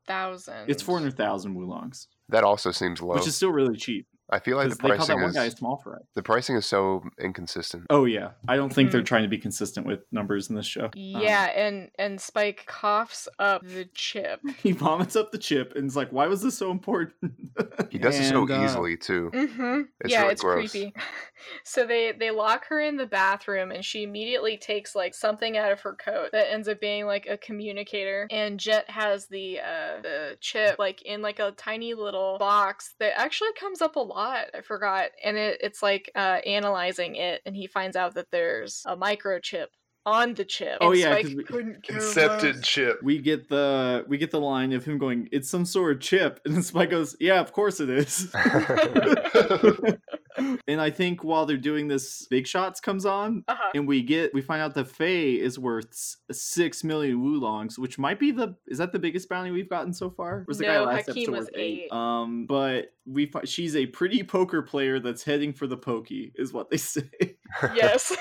Speaker 4: 400,000?
Speaker 3: it's 400,000 wulongs,
Speaker 2: That also seems low.
Speaker 3: which is still really cheap
Speaker 2: I feel like the
Speaker 3: because they call that
Speaker 2: pricing
Speaker 3: one guy a
Speaker 2: is
Speaker 3: small fry.
Speaker 2: the pricing is so inconsistent.
Speaker 3: Oh yeah, I don't think they're trying to be consistent with numbers in this show. Um,
Speaker 4: Mm-hmm. Yeah, and and Spike coughs up the chip.
Speaker 3: he vomits up the chip and is like, "Why was this so important?"
Speaker 2: He does it so
Speaker 3: And, uh,
Speaker 2: easily too.
Speaker 4: hmm
Speaker 2: It's
Speaker 4: Yeah,
Speaker 2: really
Speaker 4: it's
Speaker 2: gross.
Speaker 4: creepy. so they they lock her in the bathroom, and she immediately takes like something out of her coat that ends up being like a communicator. And Jet has the uh, the chip like in like a tiny little box that actually comes up a lot. I forgot, and it, it's like uh, analyzing it, and he finds out that there's a microchip on the chip.
Speaker 3: Oh,
Speaker 4: and
Speaker 3: yeah, 'cause
Speaker 4: Spike
Speaker 3: we-
Speaker 4: couldn't care
Speaker 5: Incepted
Speaker 4: less.
Speaker 5: chip.
Speaker 3: We get the we get the line of him going, "It's some sort of chip," and then Spike goes, "Yeah, of course it is." and I think while they're doing this, Big Shots comes on,
Speaker 4: Uh-huh.
Speaker 3: and we get we find out that Faye is worth s- six million wulongs, which might be the is that the biggest bounty we've gotten so far? Or Was the guy
Speaker 4: No,
Speaker 3: last
Speaker 4: Hakeem
Speaker 3: episode
Speaker 4: was
Speaker 3: worth eight?
Speaker 4: eight.
Speaker 3: Um, but we fi- she's a pretty poker player that's heading for the pokey, is what they say.
Speaker 4: Yes.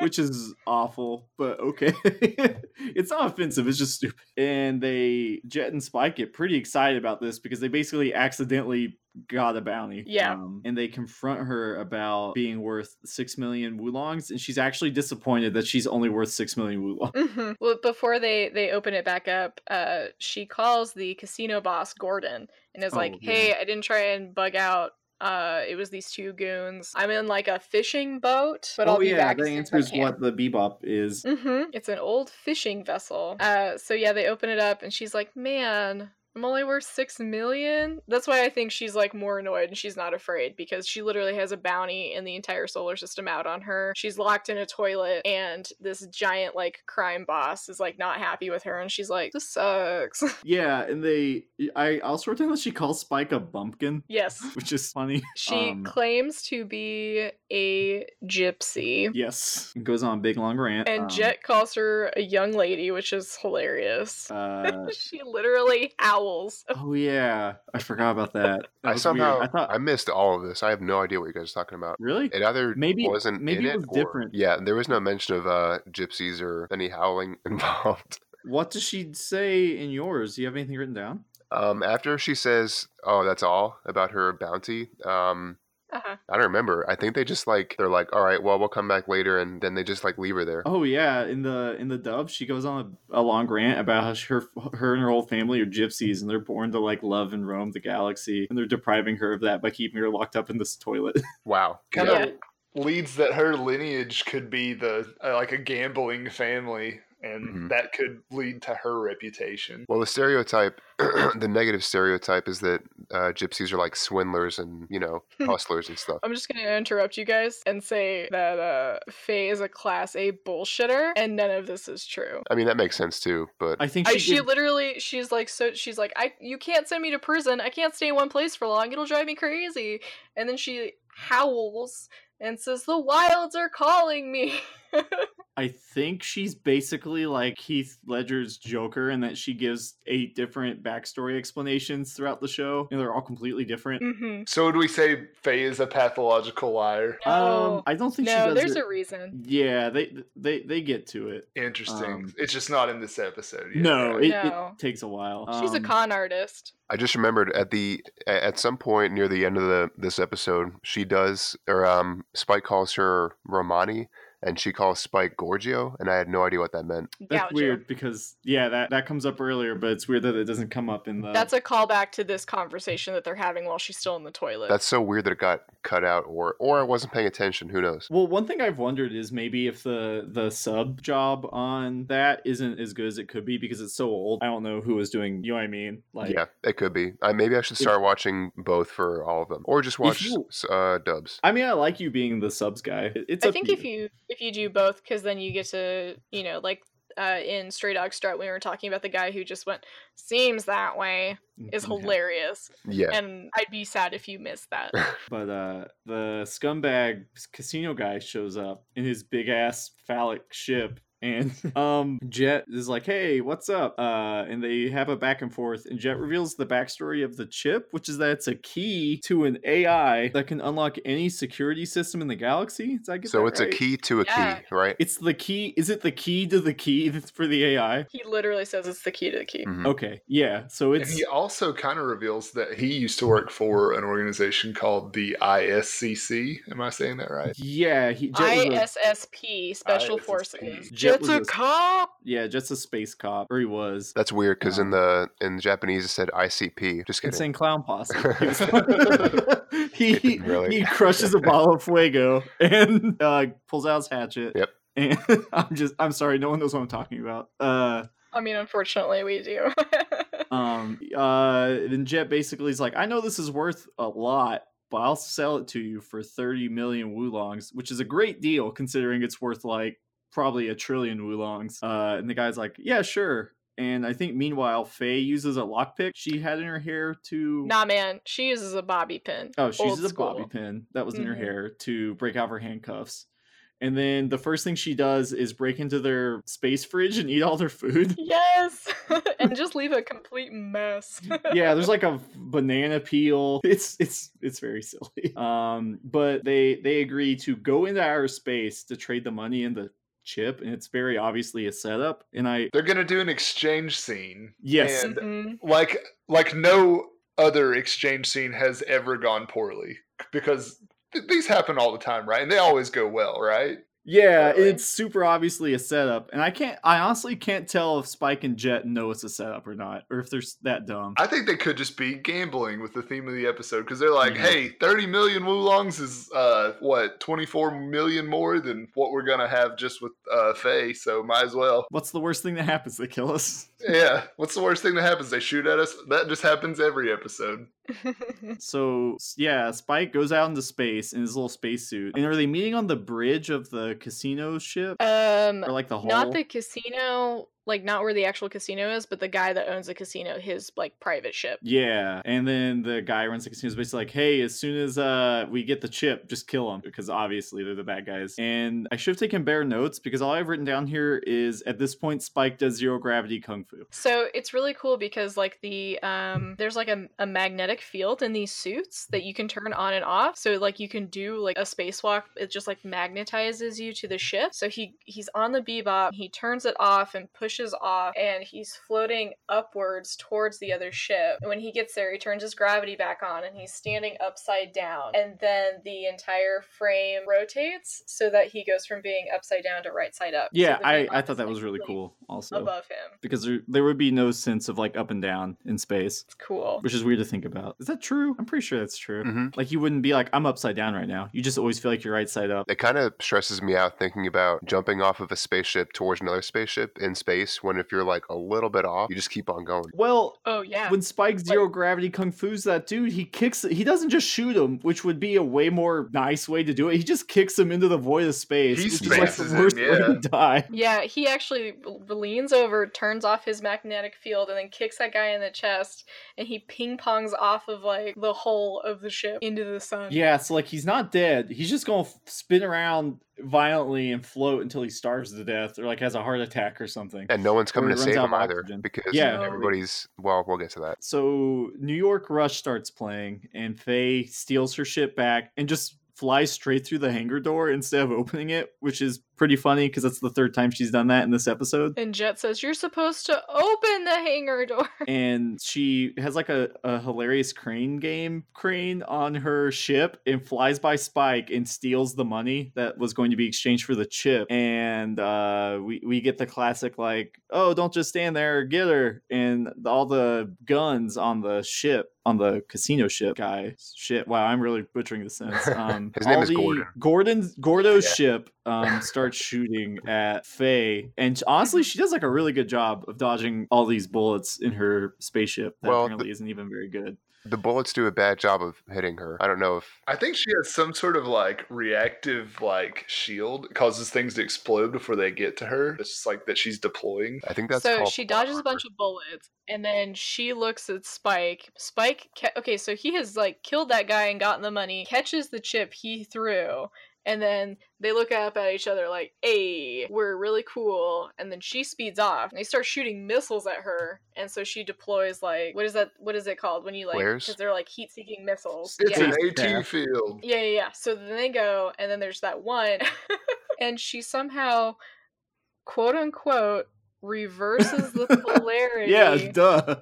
Speaker 3: which is awful, but okay. it's not offensive, it's just stupid. And they, Jet and Spike get pretty excited about this because they basically accidentally got a bounty.
Speaker 4: Yeah.
Speaker 3: Um, and they confront her about being worth 6 million Wulongs, and she's actually disappointed that she's only worth 6 million Wulongs.
Speaker 4: Mhm. Well, before they they open it back up, uh, she calls the casino boss Gordon and is
Speaker 3: Oh,
Speaker 4: like,
Speaker 3: yeah.
Speaker 4: "Hey, I didn't try and bug out. Uh, it was these two goons. I'm in like a fishing boat, but I'll
Speaker 3: oh,
Speaker 4: be
Speaker 3: yeah,
Speaker 4: back."
Speaker 3: that answers what the bebop is.
Speaker 4: hmm It's an old fishing vessel. Uh, so yeah, they open it up, and she's like, "Man." I'm only worth six million. That's why I think she's like more annoyed and she's not afraid because she literally has a bounty and the entire solar system out on her. She's locked in a toilet and this giant like crime boss is like not happy with her and she's like, This sucks.
Speaker 3: Yeah, and they, I, I'll sort down that she calls Spike a bumpkin,
Speaker 4: yes.
Speaker 3: which is funny.
Speaker 4: She
Speaker 3: Um,
Speaker 4: claims to be a gypsy.
Speaker 3: Yes. It goes on a big long rant.
Speaker 4: And
Speaker 3: um,
Speaker 4: Jet calls her a young lady, which is hilarious.
Speaker 3: Uh,
Speaker 4: she literally howls.
Speaker 3: oh yeah, I forgot about that. That
Speaker 2: I
Speaker 3: was weird.
Speaker 2: somehow
Speaker 3: I thought
Speaker 2: I missed all of this. I have no idea what you guys are talking about.
Speaker 3: really.
Speaker 2: It either
Speaker 3: Maybe-
Speaker 2: wasn't
Speaker 3: maybe
Speaker 2: in
Speaker 3: it was
Speaker 2: or-
Speaker 3: different.
Speaker 2: Yeah, there was no mention of uh, gypsies or any howling involved.
Speaker 3: What does she say in yours? Do you have anything written down?
Speaker 2: Um, after she says, "Oh, that's all about her bounty," um,
Speaker 4: Uh-huh.
Speaker 2: I don't remember. I think they just like they're like, "All right, well, we'll come back later," and then they just like leave her there.
Speaker 3: Oh yeah, in the in the dub, she goes on a, a long rant about how she- her her and her whole family are gypsies and they're born to like love and roam the galaxy, and they're depriving her of that by keeping her locked up in this toilet.
Speaker 2: Wow.
Speaker 5: Kind
Speaker 2: Yeah.
Speaker 5: of leads that her lineage could be the uh, like a gambling family, and
Speaker 3: Mm-hmm.
Speaker 2: Mhm.
Speaker 5: that could lead to her reputation.
Speaker 2: Well, the stereotype, the negative stereotype, is that uh, gypsies are like swindlers and you know
Speaker 3: Hmm.
Speaker 2: hustlers and stuff.
Speaker 4: I'm just gonna interrupt you guys and say that uh, Faye is a class A bullshitter, and none of this is true.
Speaker 2: I mean, that makes sense too. But
Speaker 3: I think
Speaker 4: I,
Speaker 3: she,
Speaker 4: she
Speaker 3: gives-
Speaker 4: literally, she's like, so she's like, I, you can't send me to prison. I can't stay in one place for long. It'll drive me crazy. And then she howls and says, "The wilds are calling me."
Speaker 3: I think she's basically like Heath Ledger's Joker in that she gives eight different backstory explanations throughout the show, and they're all completely different.
Speaker 4: mm-hmm.
Speaker 5: So would we say Faye is a pathological liar?
Speaker 3: Um, I don't think she
Speaker 4: Mm,
Speaker 3: does
Speaker 4: no, there's
Speaker 3: it.
Speaker 4: a reason.
Speaker 3: Yeah, they they they get to it.
Speaker 5: Interesting.
Speaker 3: Um,
Speaker 5: it's just not in this episode. Yet.
Speaker 3: no, it,
Speaker 4: No.
Speaker 3: it takes a while.
Speaker 4: She's a
Speaker 3: Um,
Speaker 4: con artist.
Speaker 2: I just remembered at the a- at some point near the end of the this episode, she does or um, Spike calls her Romani, and she calls Spike Gorgio, and I had no idea what that meant.
Speaker 3: That's
Speaker 4: Gouger.
Speaker 3: weird because yeah, that that comes up earlier, but it's weird that it doesn't come up in the.
Speaker 4: That's a callback to this conversation that they're having while she's still in the toilet.
Speaker 2: That's so weird that it got cut out, or or I wasn't paying attention. Who knows?
Speaker 3: well, one thing I've wondered is maybe if the the sub job on that isn't as good as it could be because it's so old. I don't know who was doing. You know what I mean? Like,
Speaker 2: yeah, it could be. I, maybe I should
Speaker 3: If-
Speaker 2: start watching both for all of them, or just watch
Speaker 3: you-
Speaker 2: s- uh, dubs.
Speaker 3: I mean, I like you being the subs guy. It- It's
Speaker 4: I
Speaker 3: up
Speaker 4: think
Speaker 3: to
Speaker 4: if you if you do both, because then you get to you know like uh, in Stray Dog Strut we were talking about the guy who just went seems that way is
Speaker 3: Yeah.
Speaker 4: hilarious,
Speaker 2: Yeah,
Speaker 4: and I'd be sad if you missed that.
Speaker 3: But uh the scumbag casino guy shows up in his big ass phallic ship and um Jet is like, "Hey, what's up?" Uh and they have a back and forth and Jet reveals the backstory of the chip, which is that it's a key to an AI that can unlock any security system in the galaxy. Did I get
Speaker 2: so
Speaker 3: that
Speaker 2: it's a
Speaker 3: right?
Speaker 2: key to a
Speaker 4: Yeah.
Speaker 2: key, right?
Speaker 3: It's the key. Is it the key to the key that's for the AI?
Speaker 4: He literally says it's the key to the key.
Speaker 3: Mm.
Speaker 2: Mhm.
Speaker 3: Okay. Yeah. So
Speaker 5: And
Speaker 3: it's
Speaker 5: he also kind of reveals that he used to work for an organization called the ISCC. Am I saying that right?
Speaker 3: yeah, he, Jet was a-
Speaker 4: ISSP Special
Speaker 5: ISSP.
Speaker 4: Forces.
Speaker 3: Jet
Speaker 4: Jet's
Speaker 3: was
Speaker 4: a
Speaker 3: a-
Speaker 4: cop.
Speaker 3: yeah, Jet's a space cop or he was.
Speaker 2: That's weird because in
Speaker 3: Um,
Speaker 2: the in Japanese it said ICP. Just kidding.
Speaker 3: Insane clown posse. He, was- he, he-
Speaker 2: Really?
Speaker 3: he crushes a ball of fuego and uh, pulls out his hatchet.
Speaker 2: Yep.
Speaker 3: And I'm just I'm sorry, no one knows what I'm talking about. Uh,
Speaker 4: I mean, unfortunately, we do.
Speaker 3: um, uh, then Jet basically is like, I know this is worth a lot, but I'll sell it to you for 30 million wulongs, which is a great deal considering it's worth like probably a trillion wulongs. Uh, and the guy's like, Yeah, sure. And I think meanwhile, Faye uses a lockpick she had in her hair to
Speaker 4: nah, man, she uses a bobby pin.
Speaker 3: Oh, she
Speaker 4: Old
Speaker 3: uses a bobby
Speaker 4: school.
Speaker 3: pin that was in her
Speaker 4: Mhm.
Speaker 3: hair to break out her handcuffs. And then the first thing she does is break into their space fridge and eat all their food.
Speaker 4: Yes, and just leave a complete mess.
Speaker 3: yeah, there's like a banana peel. It's it's it's very silly. Um, but they they agree to go into outer space to trade the money and the chip, and it's very obviously a setup. And I
Speaker 5: They're gonna do an exchange scene.
Speaker 3: yes,
Speaker 5: And-
Speaker 4: Mhm.
Speaker 5: like like no other exchange scene has ever gone poorly because th- these happen all the time right and they always go well right
Speaker 3: yeah,
Speaker 4: Totally.
Speaker 3: it's super obviously a setup. And I can't, I honestly can't tell if Spike and Jet know it's a setup or not, or if they're s- that dumb.
Speaker 5: i think they could just be gambling with the theme of the episode because they're like
Speaker 3: Mhm.
Speaker 5: hey 30 million wulongs is uh what 24 million more than what we're gonna have just with uh faye so might as well
Speaker 3: What's the worst thing that happens? They kill us.
Speaker 5: yeah what's the worst thing that happens they shoot at us that just happens every episode
Speaker 4: Mm-hmm.
Speaker 3: So s- yeah, Spike goes out into space in his little spacesuit. And are they meeting on the bridge of the casino ship
Speaker 4: um,
Speaker 3: or like the hall?
Speaker 4: not the casino, like not where the actual casino is, but the guy that owns the casino, his like private ship.
Speaker 3: yeah, and then the guy runs the casino is basically like, "Hey, as soon as uh we get the chip, just kill them because obviously they're the bad guys." And I should have taken bare notes because all I've written down here is at this point Spike does zero gravity kung fu.
Speaker 4: So it's really cool because like the um there's like a, a magnetic field in these suits that you can turn on and off. So like you can do like a spacewalk, it just like magnetizes you to the ship. So he he's on the bebop, he turns it off and pushes off and he's floating upwards towards the other ship. And when he gets there, he turns his gravity back on and he's standing upside down. And then the entire frame rotates so that he goes from being upside down to right side up. So
Speaker 3: Yeah,
Speaker 4: the
Speaker 3: I
Speaker 4: bebop
Speaker 3: I
Speaker 4: is,
Speaker 3: thought that
Speaker 4: like,
Speaker 3: was really
Speaker 4: floating
Speaker 3: cool also.
Speaker 4: Above him.
Speaker 3: Because there, there would be no sense of like up and down in space,
Speaker 4: It's cool.
Speaker 3: which is weird to think about. Is that true? I'm pretty sure that's true.
Speaker 2: Mm-hmm.
Speaker 3: Like you wouldn't be like, I'm upside down right now. You just always feel like you're right side up.
Speaker 2: It kind of stresses me out thinking about jumping off of a spaceship towards another spaceship in space when if you're like a little bit off, you just keep on going.
Speaker 3: Well,
Speaker 4: Oh yeah.
Speaker 3: when Spike zero gravity kung fu's that dude, he kicks. He doesn't just shoot him, which would be a way more nice way to do it. He just kicks him into the void of space,
Speaker 5: He
Speaker 3: which is like
Speaker 5: smashes
Speaker 3: the
Speaker 5: him,
Speaker 3: worst way
Speaker 5: yeah.
Speaker 3: to die.
Speaker 4: Yeah, he actually l- leans over, turns off his magnetic field, and then kicks that guy in the chest, and he ping pongs off of like the hull of the ship into the sun.
Speaker 3: Yeah, so like he's not dead. He's just gonna f- spin around violently and float until he starves to death or like has a heart attack or something.
Speaker 2: And no one's coming
Speaker 3: it
Speaker 2: to
Speaker 3: runs
Speaker 2: save
Speaker 3: out
Speaker 2: him
Speaker 3: of
Speaker 2: either
Speaker 3: oxygen.
Speaker 2: because
Speaker 3: Yeah.
Speaker 2: everybody's well, we'll get to that.
Speaker 3: Uh, So New York Rush starts playing, and Faye steals her ship back and just flies straight through the hangar door instead of opening it, which is pretty funny because that's the third time she's done that in this episode.
Speaker 4: And Jet says, "You're supposed to open the hangar door."
Speaker 3: And she has like a, a hilarious crane game crane on her ship and flies by Spike and steals the money that was going to be exchanged for the chip. And uh, we, we get the classic, like, oh, don't just stand there, get her. And all the guns on the ship, on the casino ship guy. Shit, wow, I'm really butchering the sentence. Um,
Speaker 2: His name
Speaker 3: all
Speaker 2: is
Speaker 3: the-
Speaker 2: Gordon.
Speaker 3: Gordon's Gordo's
Speaker 2: Yeah.
Speaker 3: ship um, starts shooting at Faye, and honestly, she does like a really good job of dodging all these bullets in her spaceship that
Speaker 2: Well,
Speaker 3: apparently isn't even very good.
Speaker 2: The bullets do a bad job of hitting her. I don't know if
Speaker 5: I think she has some sort of like reactive like shield It causes things to explode before they get to her. It's just like that she's deploying.
Speaker 2: I think that's
Speaker 4: so
Speaker 2: called
Speaker 4: she
Speaker 2: ball
Speaker 4: dodges a bunch
Speaker 2: armor.
Speaker 4: of bullets, and then she looks at Spike. Spike, ca- okay, so he has like killed that guy and gotten the money, catches the chip he threw, and then they look up at each other like, "Hey, we're really cool." And then she speeds off. And they start shooting missiles at her, and so she deploys like what is that? What is it called when you like?
Speaker 2: Flares?
Speaker 4: Because they're like heat-seeking missiles.
Speaker 5: It's
Speaker 4: yeah.
Speaker 5: an AT
Speaker 3: Yeah.
Speaker 5: field.
Speaker 4: Yeah, yeah, yeah. So then they go, and then there's that one, and she somehow, quote unquote, reverses the polarity
Speaker 3: Yeah, duh.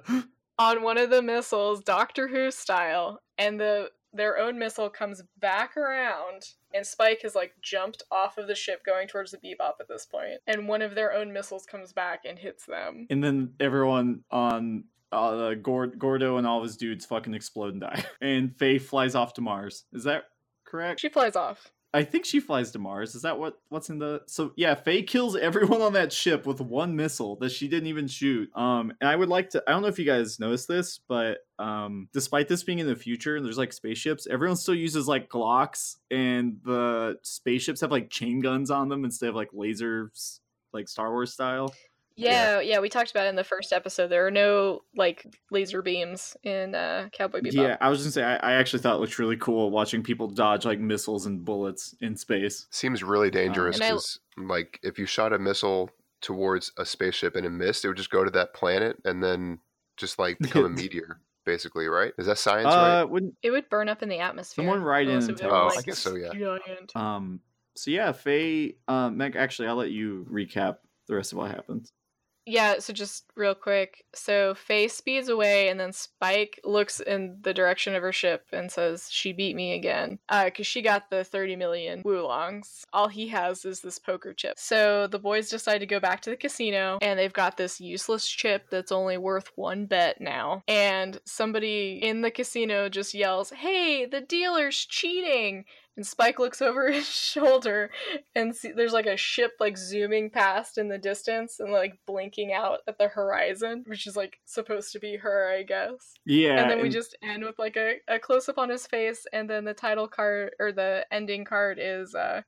Speaker 4: on one of the missiles, Doctor Who style, and the their own missile comes back around, and Spike has like jumped off of the ship, going towards the Bebop at this point, and one of their own missiles comes back and hits them.
Speaker 3: And then everyone on uh, Gord- Gordo and all of his dudes fucking explode and die, and Faye flies off to Mars. Is that correct?
Speaker 4: She flies off.
Speaker 3: I think she flies to Mars. Is that what what's in the So yeah, Faye kills everyone on that ship with one missile that she didn't even shoot. Um and I would like to I don't know if you guys noticed this, but um despite this being in the future and there's like spaceships, everyone still uses like Glocks and the spaceships have like chain guns on them instead of like lasers like Star Wars style.
Speaker 4: Yeah, yeah, we talked about it in the first episode. There are no like laser beams in uh, Cowboy Bebop.
Speaker 3: Yeah, I was gonna say I, I actually thought it looked really cool watching people dodge like missiles and bullets in space.
Speaker 2: Seems really dangerous
Speaker 4: And I-
Speaker 2: because, like, if you shot a missile towards a spaceship and it missed, it would just go to that planet and then just like become a meteor, basically, right? Is that science, right?
Speaker 3: uh, wouldn't
Speaker 4: It would burn up in the atmosphere.
Speaker 3: Someone write in
Speaker 4: unless
Speaker 3: and
Speaker 4: it
Speaker 3: tell
Speaker 4: was, like,
Speaker 2: us. Oh, I guess so, yeah.
Speaker 4: giant.
Speaker 3: um. So yeah, Faye, uh, Meg. Actually, I'll let you recap the rest of what happened.
Speaker 4: Yeah, so just real quick. So Faye speeds away, and then Spike looks in the direction of her ship and says, She beat me again. Because she got the 30 million Wulongs. All he has is this poker chip. So the boys decide to go back to the casino, and they've got this useless chip that's only worth one bet now. And somebody in the casino just yells, Hey, the dealer's cheating! And Spike looks over his shoulder and see, there's like a ship like zooming past in the distance and like blinking out at the horizon, which is like supposed to be her, I guess.
Speaker 3: Yeah,
Speaker 4: and then we just end with like a, a close up on his face, and then the title card or the ending card is uh,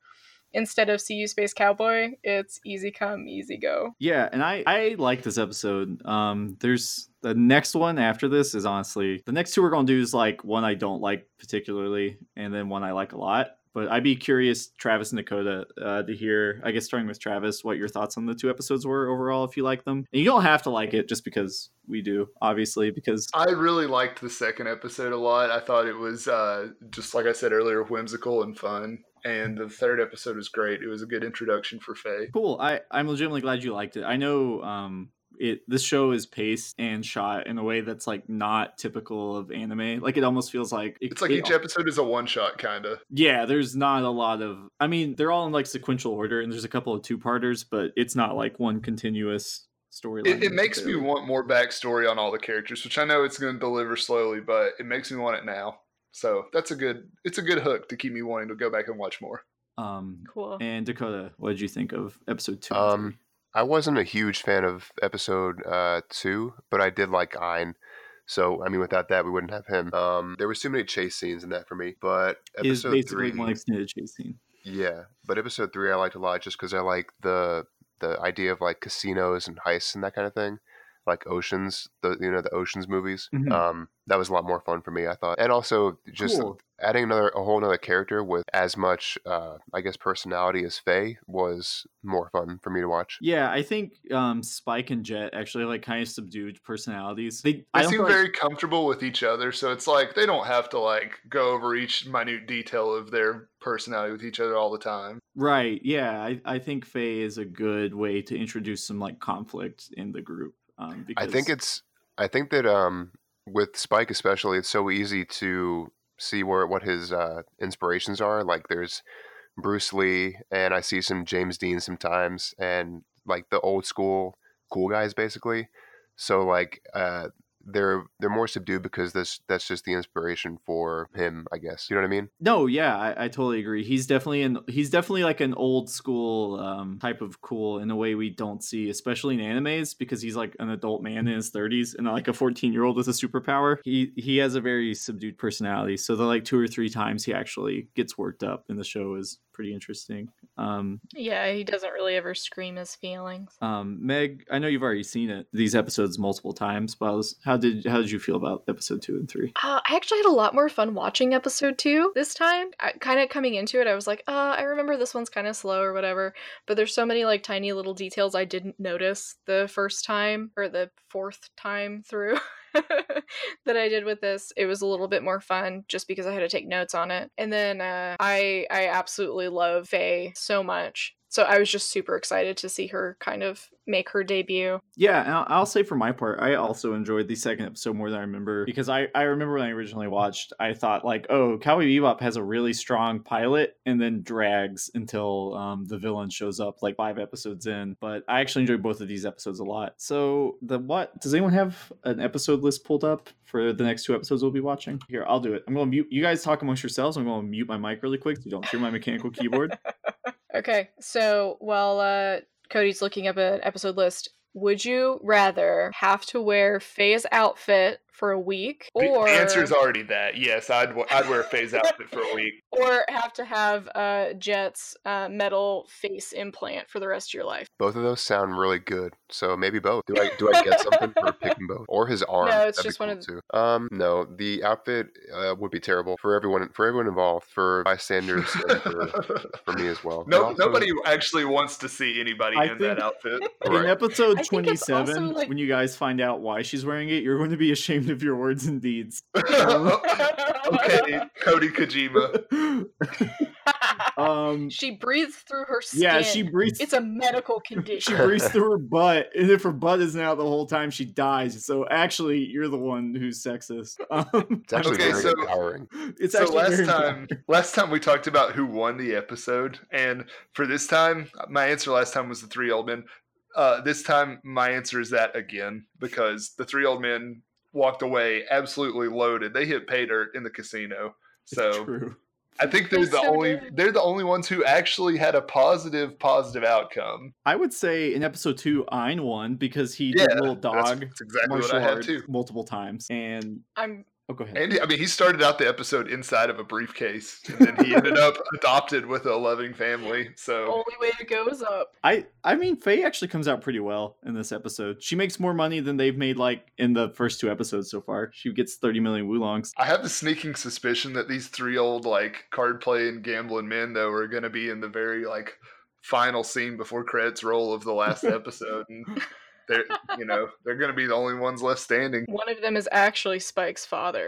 Speaker 4: instead of "See You, Space Cowboy," it's "Easy Come, Easy Go."
Speaker 3: Yeah, and I I like this episode. Um, there's the next one after this is honestly the next two we're gonna do is like one I don't like particularly, and then one I like a lot. But I'd be curious, Travis and Dakota, uh, to hear. I guess starting with Travis, what your thoughts on the two episodes were overall, if you like them. And you don't have to like it just because we do, obviously, because
Speaker 5: I really liked the second episode a lot. I thought it was uh, just like I said earlier, whimsical and fun. And the third episode was great. It was a good introduction for Faye.
Speaker 3: cool. I I'm legitimately glad you liked it. I know um it this show is paced and shot in a way that's like not typical of anime. Like it almost feels like it-
Speaker 5: It's like
Speaker 3: it-
Speaker 5: each episode is a one shot kind of.
Speaker 3: Yeah, there's not a lot of. I mean, they're all in like sequential order, and there's a couple of two parters, but it's not like one continuous storyline.
Speaker 5: It, it makes me
Speaker 3: necessarily.
Speaker 5: want more backstory on all the characters, which I know it's going to deliver slowly, but it makes me want it now. So that's a good. It's a good hook to keep me wanting to go back and watch more.
Speaker 3: Um,
Speaker 4: Cool.
Speaker 3: and Dakota, what did you think of episode two? and
Speaker 2: Um,
Speaker 3: three?
Speaker 2: I wasn't a huge fan of episode uh, two, but I did like Ein. So I mean, without that, we wouldn't have him. Um, there was too many chase scenes in that for me. But
Speaker 3: is
Speaker 2: episode
Speaker 3: basically
Speaker 2: three,
Speaker 3: one extended chase scene.
Speaker 2: yeah. But episode three, I liked a lot just because I like the the idea of like casinos and heists and that kind of thing, like oceans. The you know the oceans movies.
Speaker 3: Mhm.
Speaker 2: Um, that was a lot more fun for me, I thought, and also just
Speaker 3: cool.
Speaker 2: adding another a whole another character with as much uh, I guess personality as Faye was more fun for me to watch.
Speaker 3: Yeah, I think um, Spike and Jet actually like kind of subdued personalities. They, I
Speaker 5: They
Speaker 3: don't
Speaker 5: seem
Speaker 3: feel like-
Speaker 5: very comfortable with each other, so it's like they don't have to like go over each minute detail of their personality with each other all the time.
Speaker 3: Right. Yeah. I, I think Faye is a good way to introduce some like conflict in the group. Um,
Speaker 2: I
Speaker 3: because
Speaker 2: think it's I think that um with Spike especially it's so easy to see where what his uh inspirations are like there's Bruce Lee and I see some James Dean sometimes and like the old school cool guys basically so like uh they're they're more subdued because this that's just the inspiration for him I guess you know what I mean
Speaker 3: No, yeah, I, I totally agree. He's definitely an he's definitely like an old school um, type of cool in a way we don't see, especially in animes, because he's like an adult man in his thirties and like a fourteen year old with a superpower. He he has a very subdued personality, so the like two or three times he actually gets worked up in the show is pretty interesting. Um,
Speaker 4: Yeah, he doesn't really ever scream his feelings.
Speaker 3: um, Meg, I know you've already seen it these episodes multiple times, but I was, how did how did you feel about episode two and three?
Speaker 4: Uh, I actually had a lot more fun watching episode two this time. I, kind of coming into it, I was like, uh, I remember this one's kind of slow or whatever, but there's so many like tiny little details I didn't notice the first time or the fourth time through that I did with this. It was a little bit more fun just because I had to take notes on it. And then uh, I I absolutely love Faye so much. So I was just super excited to see her kind of make her debut.
Speaker 3: Yeah, and I'll, I'll say for my part, I also enjoyed the second episode more than I remember because I, I remember when I originally watched, I thought like, oh, Cowboy Bebop has a really strong pilot and then drags until um, the villain shows up like five episodes in. But I actually enjoyed both of these episodes a lot. So the what does anyone have an episode list pulled up for the next two episodes we'll be watching? Here, I'll do it. I'm gonna mute you guys talk amongst yourselves. I'm gonna mute my mic really quick so you don't hear my mechanical keyboard.
Speaker 4: Okay, so while uh, Cody's looking up an episode list, would you rather have to wear Faye's outfit for a week,
Speaker 5: The
Speaker 4: or
Speaker 5: answer's already that. Yes, I'd w- I'd wear a phase outfit for a week.
Speaker 4: or have to have uh, Jet's uh, metal face implant for the rest of your life.
Speaker 2: Both of those sound really good. So maybe both. Do I do I get something for picking both or his arm?
Speaker 4: No, it's
Speaker 2: That'd be
Speaker 4: just one
Speaker 2: cool
Speaker 4: of
Speaker 2: too. Um, no, the outfit uh, would be terrible for everyone for everyone involved, for bystanders, and for, for me as well.
Speaker 5: No,
Speaker 2: And also-
Speaker 5: nobody actually wants to see anybody
Speaker 3: I
Speaker 5: in that
Speaker 3: think-
Speaker 5: outfit.
Speaker 2: Right.
Speaker 3: In episode
Speaker 4: I think it's
Speaker 3: 27,
Speaker 4: also, like-
Speaker 3: when you guys find out why she's wearing it, you're going to be ashamed of your words and deeds.
Speaker 5: okay, Cody Kojima.
Speaker 2: Ah,
Speaker 3: um,
Speaker 4: she breathes through her skin.
Speaker 3: yeah, she breathes.
Speaker 4: It's a medical
Speaker 3: she
Speaker 4: condition.
Speaker 3: breathes through her butt, and if her butt isn't out the whole time, she dies. So actually, you're the one who's sexist. Um,
Speaker 2: It's actually
Speaker 5: Okay,
Speaker 2: very
Speaker 5: so-
Speaker 2: empowering.
Speaker 3: it's
Speaker 5: so
Speaker 3: actually
Speaker 5: last
Speaker 3: very
Speaker 5: time, last time we talked about who won the episode, and for this time, my answer last time was the three old men. Uh, this time, my answer is that again because the three old men walked away absolutely loaded. They hit pay dirt in the casino. So
Speaker 3: true.
Speaker 5: I think they're
Speaker 4: They
Speaker 5: the
Speaker 4: so
Speaker 5: only
Speaker 4: did.
Speaker 5: they're the only ones who actually had a positive positive outcome.
Speaker 3: I would say in episode two, Ein won because he
Speaker 5: Yeah,
Speaker 3: did little
Speaker 5: That's-
Speaker 3: dog
Speaker 5: that's exactly what
Speaker 3: martial
Speaker 5: I had
Speaker 3: arts
Speaker 5: too.
Speaker 3: multiple times, and
Speaker 4: I'm
Speaker 3: oh, go ahead.
Speaker 5: And I mean, he started out the episode inside of a briefcase, and then he ended up adopted with a loving family. So
Speaker 4: only way it goes up.
Speaker 3: I I mean Faye actually comes out pretty well in this episode. She makes more money than they've made like in the first two episodes so far. She gets 30 million wulongs.
Speaker 5: I have the sneaking suspicion that these three old like card playing gambling men though are going to be in the very like final scene before credits roll of the last episode, and they're you know they're going to be the only ones left standing.
Speaker 4: One of them is actually Spike's father.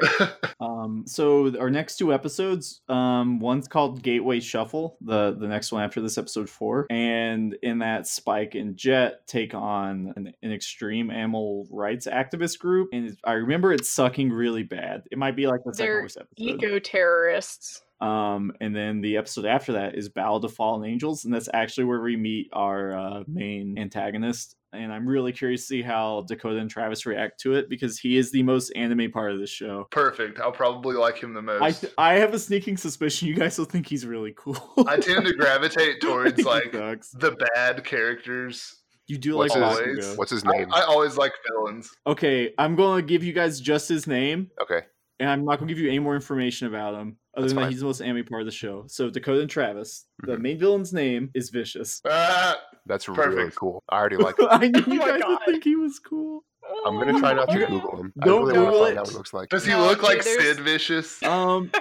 Speaker 3: Um so our next two episodes, um one's called Gateway Shuffle, the the next one after this episode 4, and in that Spike and Jet take on an, an extreme animal rights activist group and it's- I remember it's sucking really bad. It might be like the second
Speaker 4: They're
Speaker 3: worst episode.
Speaker 4: Eco terrorists.
Speaker 3: Um, and then the episode after that is Battle to Fallen Angels, and that's actually where we meet our uh, main antagonist. And I'm really curious to see how Dakota and Travis react to it because he is the most anime part of the show.
Speaker 5: Perfect. I'll probably like him the most.
Speaker 3: I th- I have a sneaking suspicion you guys will think he's really cool.
Speaker 5: I tend to gravitate
Speaker 3: I think
Speaker 5: towards
Speaker 3: he
Speaker 5: like
Speaker 3: sucks.
Speaker 5: the bad characters.
Speaker 3: you do like
Speaker 2: What's his-
Speaker 3: Bakugo.
Speaker 2: What's his
Speaker 5: I,
Speaker 2: name?
Speaker 5: I always like villains.
Speaker 3: Okay, I'm going to give you guys just his name,
Speaker 2: okay.
Speaker 3: and I'm not going to give you any more information about him other
Speaker 2: That's
Speaker 3: than that
Speaker 2: fine.
Speaker 3: he's the most anime part of the show. So Dakota and Travis, the
Speaker 5: Mm-hmm.
Speaker 2: Mhm.
Speaker 3: main villain's name is Vicious.
Speaker 5: Ah,
Speaker 2: That's really
Speaker 5: Perfect.
Speaker 2: cool. I already like it.
Speaker 3: I knew
Speaker 4: Oh
Speaker 3: you
Speaker 4: my
Speaker 3: guys would
Speaker 4: God.
Speaker 3: think he was cool.
Speaker 2: I'm gonna try not to
Speaker 4: Yeah.
Speaker 2: Google him. I
Speaker 3: Don't
Speaker 2: really wanna
Speaker 3: Google
Speaker 2: find
Speaker 3: it.
Speaker 2: out what it looks like.
Speaker 5: does he
Speaker 4: No,
Speaker 5: look
Speaker 4: dude,
Speaker 5: like
Speaker 4: there's-
Speaker 5: Sid Vicious?
Speaker 3: Um,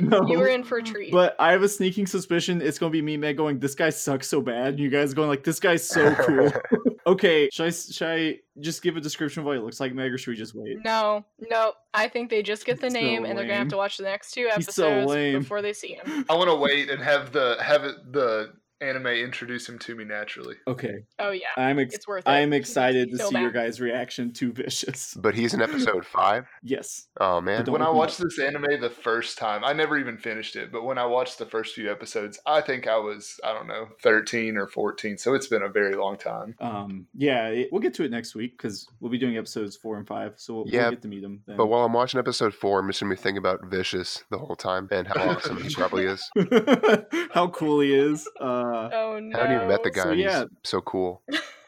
Speaker 3: no.
Speaker 4: you were in for a treat.
Speaker 3: But I have a sneaking suspicion it's gonna be me, Meg, going, "This guy sucks so bad," and you guys going, "Like this guy's so cool." okay, should I, should I just give a description of what it looks like, Meg, or should we just wait?
Speaker 4: no, no. I think they just get the
Speaker 3: He's so
Speaker 4: name, and they're gonna have
Speaker 3: lame.
Speaker 4: to watch the next two
Speaker 3: He's so
Speaker 4: episodes
Speaker 3: lame.
Speaker 4: before they see him.
Speaker 5: I want to wait and have the have it, the anime introduce him to me naturally.
Speaker 3: Okay,
Speaker 4: Oh yeah,
Speaker 3: I'm ex-
Speaker 4: it's worth it.
Speaker 3: I'm excited to
Speaker 4: So
Speaker 3: see your
Speaker 4: bad.
Speaker 3: guys' reaction to Vicious.
Speaker 2: But he's in episode five.
Speaker 3: Yes,
Speaker 2: Oh man.
Speaker 3: don't-
Speaker 5: When I
Speaker 3: open up.
Speaker 5: watched this anime the first time, I never even finished it, but when I watched the first few episodes, I think I was I don't know 13 or 14, so it's been a very long time.
Speaker 3: um, yeah, it, we'll get to it next week because we'll be doing episodes four and five, so we'll, we'll
Speaker 2: Yeah,
Speaker 3: get to meet him. Then.
Speaker 2: But while I'm watching episode four, I'm just gonna be thinking about Vicious the whole time and how awesome he probably is.
Speaker 3: how cool he is. Uh,
Speaker 4: Oh no.
Speaker 2: I haven't even met the guy.
Speaker 3: So,
Speaker 2: and
Speaker 3: yeah.
Speaker 2: He's so cool.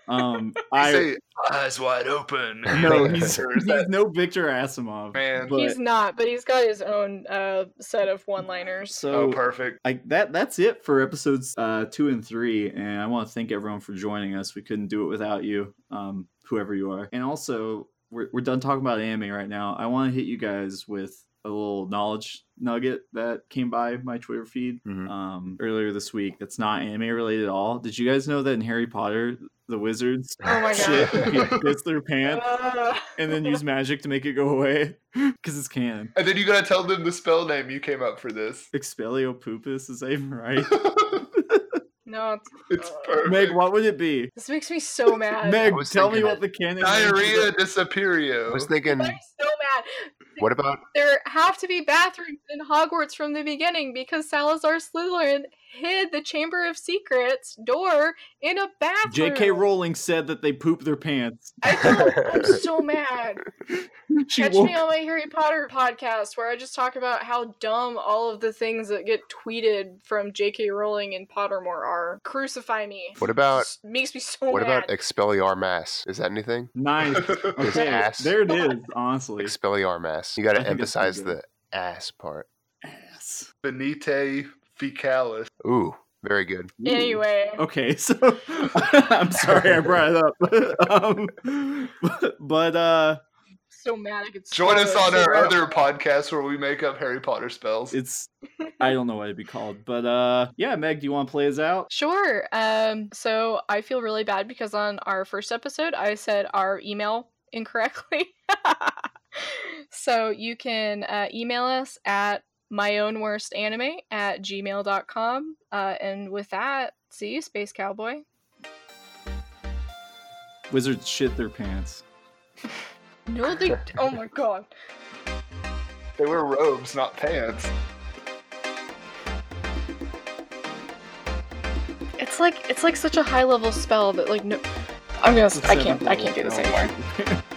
Speaker 3: um,
Speaker 5: I
Speaker 3: I
Speaker 5: say eyes wide open.
Speaker 3: no,
Speaker 2: Yeah.
Speaker 3: he's,
Speaker 5: Or is
Speaker 3: he's
Speaker 5: that-
Speaker 3: no Victor Asimov.
Speaker 5: Man.
Speaker 3: but-
Speaker 4: He's not, but he's got his own uh, set of one-liners.
Speaker 5: oh,
Speaker 3: so
Speaker 5: perfect.
Speaker 3: I, that that's it for episodes uh, two and three. And I want to thank everyone for joining us. We couldn't do it without you, um, whoever you are. And also, we're, we're done talking about anime right now. I want to hit you guys with a little knowledge nugget that came by my Twitter feed
Speaker 2: Mhm.
Speaker 3: um, earlier this week. That's not anime related at all. Did you guys know that in Harry Potter, the wizards
Speaker 4: Oh my
Speaker 3: shit
Speaker 4: god.
Speaker 3: piss their pants
Speaker 4: Uh,
Speaker 3: and then use magic to make it go away because it's canon.
Speaker 5: And then you gotta tell them the spell name you came up for this.
Speaker 3: Expellio Pupus is that even right?
Speaker 4: no, it's-
Speaker 5: It's
Speaker 4: Uh,
Speaker 5: perfect.
Speaker 3: Meg, what would it be?
Speaker 4: this makes me so mad.
Speaker 3: Meg,
Speaker 2: was
Speaker 3: tell me
Speaker 2: thinking
Speaker 3: what the canon name for
Speaker 5: Diarrhea
Speaker 3: the-
Speaker 2: I was
Speaker 5: disappeario.
Speaker 2: thinking
Speaker 4: I'm so mad.
Speaker 2: What about
Speaker 4: There have to be bathrooms in Hogwarts from the beginning because Salazar Slytherin hid the Chamber of Secrets door in a bathroom.
Speaker 3: J.K. Rowling said that they poop their pants.
Speaker 4: I feel, I'm so mad.
Speaker 3: She
Speaker 4: Catch
Speaker 3: woke
Speaker 4: me on my Harry Potter podcast where I just talk about how dumb all of the things that get tweeted from J.K. Rowling and Pottermore are. Crucify me.
Speaker 2: what
Speaker 5: Uh,
Speaker 2: about
Speaker 4: S- makes me so
Speaker 2: what
Speaker 4: mad.
Speaker 2: about Expelliarmus? Is that anything?
Speaker 3: nine.
Speaker 2: His
Speaker 3: Okay,
Speaker 2: ass.
Speaker 3: there it is. Honestly,
Speaker 2: Expelliarmus. You
Speaker 3: I
Speaker 2: got to
Speaker 3: think it's pretty
Speaker 2: emphasize the
Speaker 3: good.
Speaker 2: ass part.
Speaker 3: ass.
Speaker 5: Benite Ficalis.
Speaker 2: Ooh, very good.
Speaker 3: Ooh.
Speaker 4: Anyway,
Speaker 3: Okay, so I'm sorry I brought it up, um, but, but uh,
Speaker 4: so mad I could
Speaker 5: Join
Speaker 4: smell
Speaker 5: us
Speaker 4: it.
Speaker 5: on our
Speaker 4: Right.
Speaker 5: other podcast where we make up Harry Potter spells.
Speaker 3: it's I don't know what it'd be called, but uh, yeah, Meg, do you want to play us out?
Speaker 4: Sure. Um, so I feel really bad because on our first episode, I said our email incorrectly. so you can uh, email us at my own worst anime at gmail.com. Uh, and with that, see you, Space Cowboy.
Speaker 3: Wizards shit their pants.
Speaker 4: No, they. oh my god.
Speaker 5: They wear robes, not pants.
Speaker 4: It's like it's like such a high level spell that like no. I'm gonna.
Speaker 3: It's
Speaker 4: I
Speaker 3: seventh
Speaker 4: can't. I
Speaker 3: level
Speaker 4: can't do this
Speaker 3: spell.
Speaker 4: anymore.